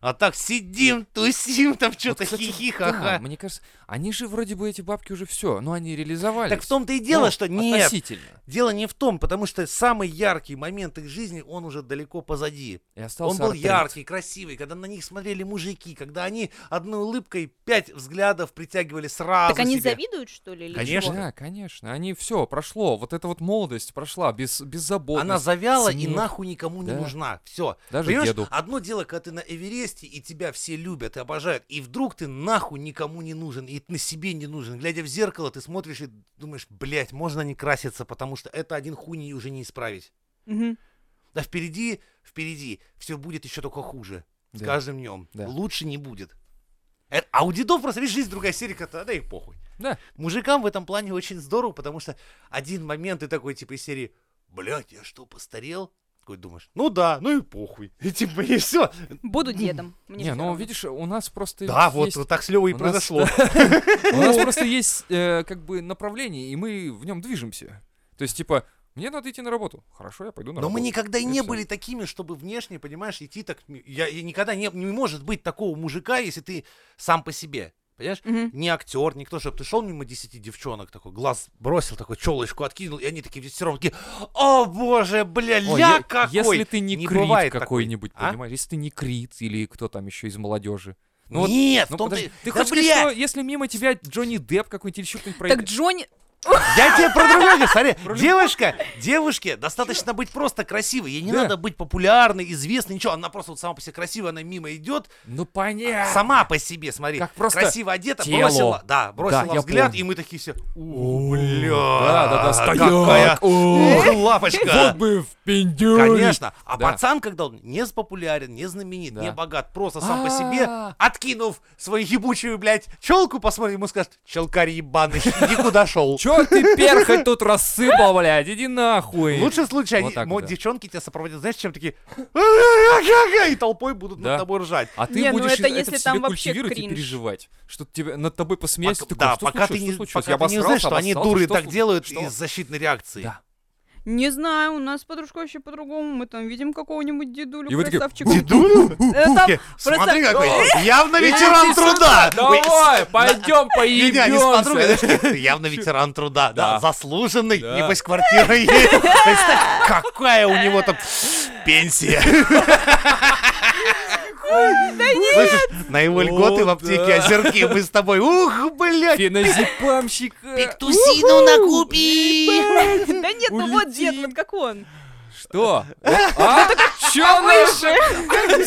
[SPEAKER 4] А так сидим, тусим, там
[SPEAKER 2] Вот,
[SPEAKER 4] что-то
[SPEAKER 2] кстати, да,
[SPEAKER 4] хихихаха.
[SPEAKER 2] мне кажется, они же вроде бы эти бабки уже все, но они реализовались.
[SPEAKER 4] Так в том-то и дело,
[SPEAKER 2] Ну,
[SPEAKER 4] что нет.
[SPEAKER 2] Относительно.
[SPEAKER 4] Дело не в том, потому что самый яркий момент их жизни, он уже далеко позади.
[SPEAKER 2] И остался
[SPEAKER 4] Он был
[SPEAKER 2] артрит.
[SPEAKER 4] яркий, красивый, когда на них смотрели мужики, когда они одной улыбкой пять взглядов притягивали сразу
[SPEAKER 3] Так они
[SPEAKER 4] себе.
[SPEAKER 3] завидуют, что ли, или
[SPEAKER 4] Конечно.
[SPEAKER 3] чего?
[SPEAKER 2] Да, конечно. Они все, прошло. Вот эта вот молодость прошла, без, беззаботность.
[SPEAKER 4] Она завяла и
[SPEAKER 2] смех.
[SPEAKER 4] нахуй никому не
[SPEAKER 2] Да.
[SPEAKER 4] нужна. Все.
[SPEAKER 2] Даже
[SPEAKER 4] Понимаешь, а
[SPEAKER 2] деду.
[SPEAKER 4] одно дело, когда ты на Эвересте, и тебя все любят и обожают, и вдруг ты нахуй никому не нужен, и на себе не нужен. Глядя в зеркало, ты смотришь и думаешь, блядь, можно не краситься, потому что это один хуйни уже не исправить.
[SPEAKER 3] Мгм.
[SPEAKER 4] Да впереди, впереди, все будет еще только хуже. С
[SPEAKER 2] Да.
[SPEAKER 4] каждым днем.
[SPEAKER 2] Да.
[SPEAKER 4] Лучше не будет. Э, А у дедов просто, видишь, жизнь другая серия, когда да и похуй.
[SPEAKER 2] Да.
[SPEAKER 4] Мужикам в этом плане очень здорово, потому что один момент ты такой, типа, из серии, блядь, я что, постарел? Такой думаешь, ну да, ну и похуй. И типа, и все.
[SPEAKER 3] Буду дедом.
[SPEAKER 2] не,
[SPEAKER 3] Мне всё
[SPEAKER 2] ну
[SPEAKER 3] равно.
[SPEAKER 2] видишь, у нас просто
[SPEAKER 4] Да,
[SPEAKER 2] есть-
[SPEAKER 4] вот, вот так с Левой и
[SPEAKER 2] у нас-
[SPEAKER 4] произошло.
[SPEAKER 2] У нас просто есть э, как бы направление, и мы в нем движемся. То есть, типа, мне надо идти на работу. Хорошо, я пойду на
[SPEAKER 4] Но
[SPEAKER 2] работу.
[SPEAKER 4] мы никогда и
[SPEAKER 2] И
[SPEAKER 4] не
[SPEAKER 2] всё.
[SPEAKER 4] были такими, чтобы внешне, понимаешь, идти так... Я, я никогда не, не может быть такого мужика, если ты сам по себе. Понимаешь?
[SPEAKER 3] Мгм.
[SPEAKER 4] не актер, никто, чтобы ты шел мимо 10 девчонок, такой глаз бросил, такой челочку откинул, и они такие все равно такие, о боже, бля,
[SPEAKER 2] Ой,
[SPEAKER 4] ля
[SPEAKER 2] е-
[SPEAKER 4] какой!
[SPEAKER 2] Если ты не, крит
[SPEAKER 4] бывает такой.
[SPEAKER 2] какой-нибудь,
[SPEAKER 4] А?
[SPEAKER 2] понимаешь? Если ты не крит или кто там еще из молодежи. Ну вот-
[SPEAKER 4] Нет,
[SPEAKER 2] Ну,
[SPEAKER 4] в том-то...
[SPEAKER 2] подожди,
[SPEAKER 4] и-
[SPEAKER 2] ты
[SPEAKER 4] Да,
[SPEAKER 2] хочешь сказать,
[SPEAKER 4] бля,
[SPEAKER 2] что если мимо тебя Джонни Депп какой-нибудь или еще кто-нибудь
[SPEAKER 3] Так
[SPEAKER 2] пройдет?
[SPEAKER 3] Джонни...
[SPEAKER 4] Я тебе про другое говорю, смотри,
[SPEAKER 2] любовь.
[SPEAKER 4] девушка, девушке достаточно быть просто красивой, ей не
[SPEAKER 2] Да.
[SPEAKER 4] надо быть популярной, известной, ничего, она просто вот сама по себе красивая, она мимо идет,
[SPEAKER 2] Ну понятно.
[SPEAKER 4] сама по себе, смотри,
[SPEAKER 2] Как просто
[SPEAKER 4] красиво одета,
[SPEAKER 2] тело.
[SPEAKER 4] бросила, да, бросила
[SPEAKER 2] Да, я
[SPEAKER 4] взгляд,
[SPEAKER 2] помню.
[SPEAKER 4] и мы такие все,
[SPEAKER 2] О,
[SPEAKER 4] «О, бля,
[SPEAKER 2] Да, да, да,
[SPEAKER 4] какая
[SPEAKER 2] стояк. о,
[SPEAKER 4] ух, лапочка.
[SPEAKER 2] Вот бы в пиндюре.
[SPEAKER 4] Конечно. А
[SPEAKER 2] Ну, Да.
[SPEAKER 4] пацан, когда он не популярен, не знаменит,
[SPEAKER 2] Да.
[SPEAKER 4] не богат, просто сам по себе,
[SPEAKER 2] А.
[SPEAKER 4] откинув свою ебучую, блядь, челку, посмотрит, ему скажет, челкарь ебаный, никуда шел.
[SPEAKER 2] Чё ты перхоть тут рассыпал, блядь? Иди нахуй.
[SPEAKER 4] В лучшем случае
[SPEAKER 2] Вот
[SPEAKER 4] они-
[SPEAKER 2] так
[SPEAKER 4] мо-
[SPEAKER 2] вот, да.
[SPEAKER 4] девчонки тебя сопроводят, знаешь, чем такие «Ага-га-га», и толпой будут над
[SPEAKER 2] Да.
[SPEAKER 4] тобой ржать.
[SPEAKER 2] А ты
[SPEAKER 3] Не, ну
[SPEAKER 2] будешь
[SPEAKER 3] это
[SPEAKER 2] это,
[SPEAKER 3] если
[SPEAKER 2] в себе
[SPEAKER 3] там вообще
[SPEAKER 2] культивировать и
[SPEAKER 3] кринж.
[SPEAKER 2] переживать. Что тебя, над тобой посмеялись,
[SPEAKER 4] Пока-
[SPEAKER 2] ты такой,
[SPEAKER 4] да,
[SPEAKER 2] что
[SPEAKER 4] пока ты
[SPEAKER 2] случилось,
[SPEAKER 4] не,
[SPEAKER 2] что случилось?
[SPEAKER 4] пока
[SPEAKER 2] Я
[SPEAKER 4] ты не
[SPEAKER 2] обосрался,
[SPEAKER 4] знаешь, что они
[SPEAKER 2] обоссался,
[SPEAKER 4] дуры
[SPEAKER 2] что
[SPEAKER 4] так
[SPEAKER 2] слу-
[SPEAKER 4] делают
[SPEAKER 2] что?
[SPEAKER 4] из защитной реакции.
[SPEAKER 2] Да.
[SPEAKER 3] Не знаю, у нас подружка вообще по-другому. Мы там видим какого-нибудь дедулю
[SPEAKER 2] И вы такие,
[SPEAKER 3] красавчика.
[SPEAKER 4] Дедулю?
[SPEAKER 3] Э, там
[SPEAKER 4] Смотри
[SPEAKER 3] просто-
[SPEAKER 4] какой, явно ветеран
[SPEAKER 2] Иди
[SPEAKER 4] труда. Ой,
[SPEAKER 2] Давай, пойдем
[SPEAKER 4] Не, не, они с подругой,
[SPEAKER 2] поебемся.
[SPEAKER 4] знаешь, такие, явно ветеран труда, да,
[SPEAKER 2] Да.
[SPEAKER 4] заслуженный,
[SPEAKER 2] Да.
[SPEAKER 4] небось квартира есть. Представь, какая у него там пенсия. Слышишь, на его
[SPEAKER 2] О,
[SPEAKER 4] льготы в аптеке
[SPEAKER 2] да.
[SPEAKER 4] озерки мы с тобой, ух, блядь,
[SPEAKER 2] Феназепамщик.
[SPEAKER 1] Пиктусину накупи!
[SPEAKER 3] Да нет, ну вот дед,
[SPEAKER 2] Улетим.
[SPEAKER 3] вот как он.
[SPEAKER 2] Что? А? Чё наши?
[SPEAKER 4] Какая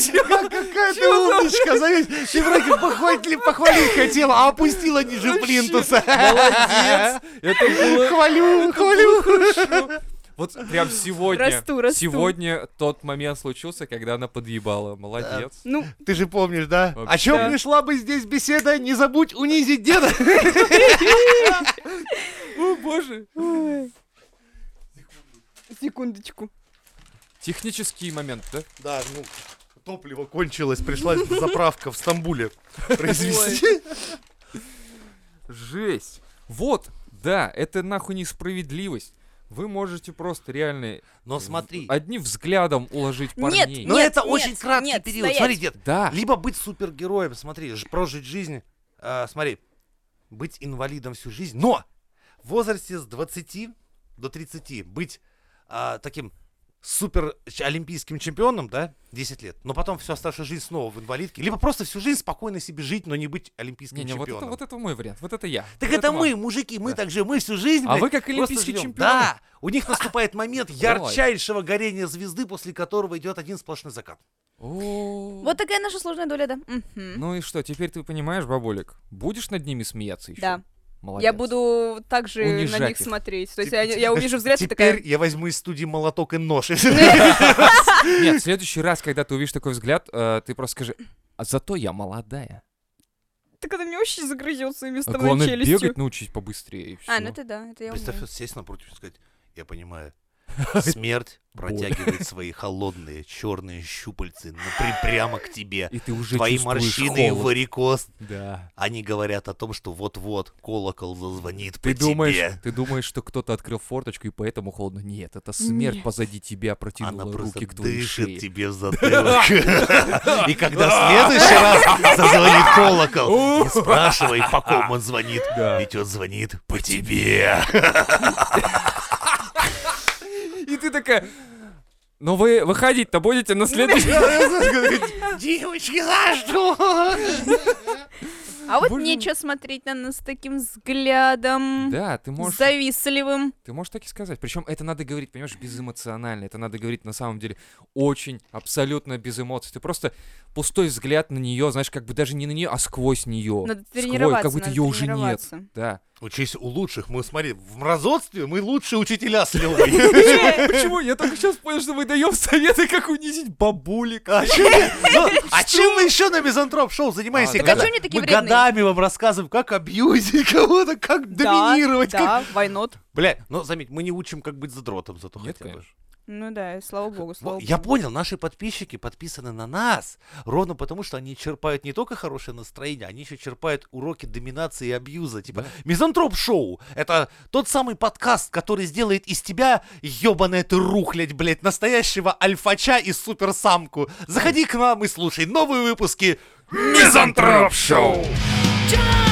[SPEAKER 4] ты умничка, заметь, ты вроде похвалить, похвалить хотела, а опустила ниже плинтуса.
[SPEAKER 2] Молодец. Это было
[SPEAKER 4] Хвалю, хвалю.
[SPEAKER 2] Вот прям сегодня.
[SPEAKER 3] Расту, расту.
[SPEAKER 2] Сегодня тот момент случился, когда она подъебала. Молодец.
[SPEAKER 3] Ну,
[SPEAKER 4] Ты же помнишь, да? О
[SPEAKER 2] Вообще.
[SPEAKER 4] чем не шла бы здесь беседа, не забудь унизить деда.
[SPEAKER 2] О боже.
[SPEAKER 3] секундочку.
[SPEAKER 2] Технический момент, да?
[SPEAKER 4] Да, ну, топливо кончилось, пришлась заправка в Стамбуле произвести.
[SPEAKER 2] Жесть. Вот, да, это нахуй несправедливость. Вы можете просто реально
[SPEAKER 4] Но
[SPEAKER 2] в-
[SPEAKER 4] смотри,
[SPEAKER 2] одним взглядом уложить
[SPEAKER 3] Нет,
[SPEAKER 2] парней.
[SPEAKER 3] ну-
[SPEAKER 4] А но это
[SPEAKER 3] нет,
[SPEAKER 4] очень краткий
[SPEAKER 3] нет,
[SPEAKER 4] период.
[SPEAKER 3] стоять.
[SPEAKER 4] Смотри, дед,
[SPEAKER 2] Да.
[SPEAKER 4] либо быть супергероем, смотри, ж- прожить жизнь, э, смотри, быть инвалидом всю жизнь, но в возрасте с 20 до 30 быть а, таким супер ч- олимпийским чемпионом, да, 10 лет, но потом всю оставшуюся жизнь снова в инвалидке, либо просто всю жизнь спокойно себе жить, но не быть олимпийским
[SPEAKER 2] Не, не, вот это,
[SPEAKER 4] чемпионом.
[SPEAKER 2] вот это мой вариант, вот это я.
[SPEAKER 4] Так
[SPEAKER 2] Вот
[SPEAKER 4] это
[SPEAKER 2] вам.
[SPEAKER 4] мы, мужики, мы
[SPEAKER 2] Да.
[SPEAKER 4] так же, мы всю жизнь.
[SPEAKER 2] А
[SPEAKER 4] блядь,
[SPEAKER 2] вы как
[SPEAKER 4] просто
[SPEAKER 2] олимпийские
[SPEAKER 4] живем.
[SPEAKER 2] чемпионы.
[SPEAKER 4] Да, у них наступает момент
[SPEAKER 2] Давай.
[SPEAKER 4] ярчайшего горения звезды, после которого идет один сплошной закат.
[SPEAKER 2] О.
[SPEAKER 3] Вот такая наша сложная доля, да. Мгм.
[SPEAKER 2] Ну и что, теперь ты понимаешь, бабулик, будешь над ними смеяться еще?
[SPEAKER 3] Да.
[SPEAKER 2] Молодец.
[SPEAKER 3] Я буду также на
[SPEAKER 2] Унижать
[SPEAKER 3] них
[SPEAKER 2] их. Типа,
[SPEAKER 3] смотреть. То есть
[SPEAKER 4] Теп-
[SPEAKER 3] я- я увижу взгляд и
[SPEAKER 4] Теперь
[SPEAKER 3] такая...
[SPEAKER 4] я возьму из студии молоток и нож.
[SPEAKER 2] Нет, в следующий раз, когда ты увидишь такой взгляд, э, ты просто скажи, а зато я молодая.
[SPEAKER 3] Так это мне вообще загрызет своими
[SPEAKER 2] А главное,
[SPEAKER 3] вставной челюстью.
[SPEAKER 2] бегать научить побыстрее. и всё.
[SPEAKER 3] А, ну это да, это я умею.
[SPEAKER 4] Представь, сесть напротив и сказать, я понимаю, смерть протягивает свои холодные черные щупальцы напри- прямо к тебе.
[SPEAKER 2] И ты уже
[SPEAKER 4] Твои
[SPEAKER 2] чувствуешь
[SPEAKER 4] морщины и
[SPEAKER 2] холод.
[SPEAKER 4] варикоз,
[SPEAKER 2] Да.
[SPEAKER 4] они говорят о том, что вот-вот колокол зазвонит
[SPEAKER 2] Ты
[SPEAKER 4] по
[SPEAKER 2] думаешь,
[SPEAKER 4] тебе.
[SPEAKER 2] ты думаешь, что кто-то открыл форточку и поэтому холодно? Нет, это смерть
[SPEAKER 3] Нет.
[SPEAKER 2] позади тебя протянула
[SPEAKER 4] Она просто
[SPEAKER 2] руки к твоей
[SPEAKER 4] дышит
[SPEAKER 2] шее.
[SPEAKER 4] тебе в затылок. И когда в следующий раз зазвонит колокол, не спрашивай, по ком он звонит, ведь он звонит по тебе.
[SPEAKER 2] И ты такая... Ну вы выходить-то будете на следующий...
[SPEAKER 4] Девочки, за что?
[SPEAKER 3] А вот
[SPEAKER 2] Боже
[SPEAKER 3] нечего смотреть на нас таким взглядом.
[SPEAKER 2] Да, ты можешь,
[SPEAKER 3] Завистливым.
[SPEAKER 2] ты можешь так и сказать. Причем это надо говорить, понимаешь, безэмоционально. Это надо говорить на самом деле очень, абсолютно без эмоций. Ты просто пустой взгляд на нее, знаешь, как бы даже не на нее, а сквозь нее.
[SPEAKER 3] Надо
[SPEAKER 2] Сквозь,
[SPEAKER 3] тренироваться.
[SPEAKER 2] как будто
[SPEAKER 3] надо
[SPEAKER 2] ее уже нет.
[SPEAKER 3] тренироваться.
[SPEAKER 2] Да.
[SPEAKER 4] Учись у лучших. Мы, смотри, в мразотстве мы лучшие учителя с Лёвой.
[SPEAKER 2] Почему? Я только сейчас понял, что мы даем советы, как унизить бабулик.
[SPEAKER 4] А чё мы- ну, а чем мы еще на мизантроп шоу занимаемся?
[SPEAKER 2] А, так
[SPEAKER 4] когда
[SPEAKER 2] а чё
[SPEAKER 3] они такие
[SPEAKER 4] Мы
[SPEAKER 3] вредные?
[SPEAKER 4] годами вам рассказываем, как абьюзить кого-то, как
[SPEAKER 3] Да,
[SPEAKER 4] доминировать, как
[SPEAKER 3] Да, why not?
[SPEAKER 4] Бля, но заметь, мы не учим, как быть задротом, зато
[SPEAKER 2] Нет,
[SPEAKER 4] хотя бы.
[SPEAKER 2] конечно.
[SPEAKER 3] Ну да, и слава богу,
[SPEAKER 4] Во,
[SPEAKER 3] слава
[SPEAKER 4] Я
[SPEAKER 3] богу.
[SPEAKER 4] понял, наши подписчики подписаны на нас, ровно потому, что они черпают не только хорошее настроение, они еще черпают уроки доминации и абьюза. Типа Мизантроп-шоу — это тот самый подкаст, который сделает из тебя, ебаная ты рухлядь, блядь, настоящего альфача и суперсамку. Заходи к нам и слушай новые выпуски Мизантроп-шоу!
[SPEAKER 1] Чё?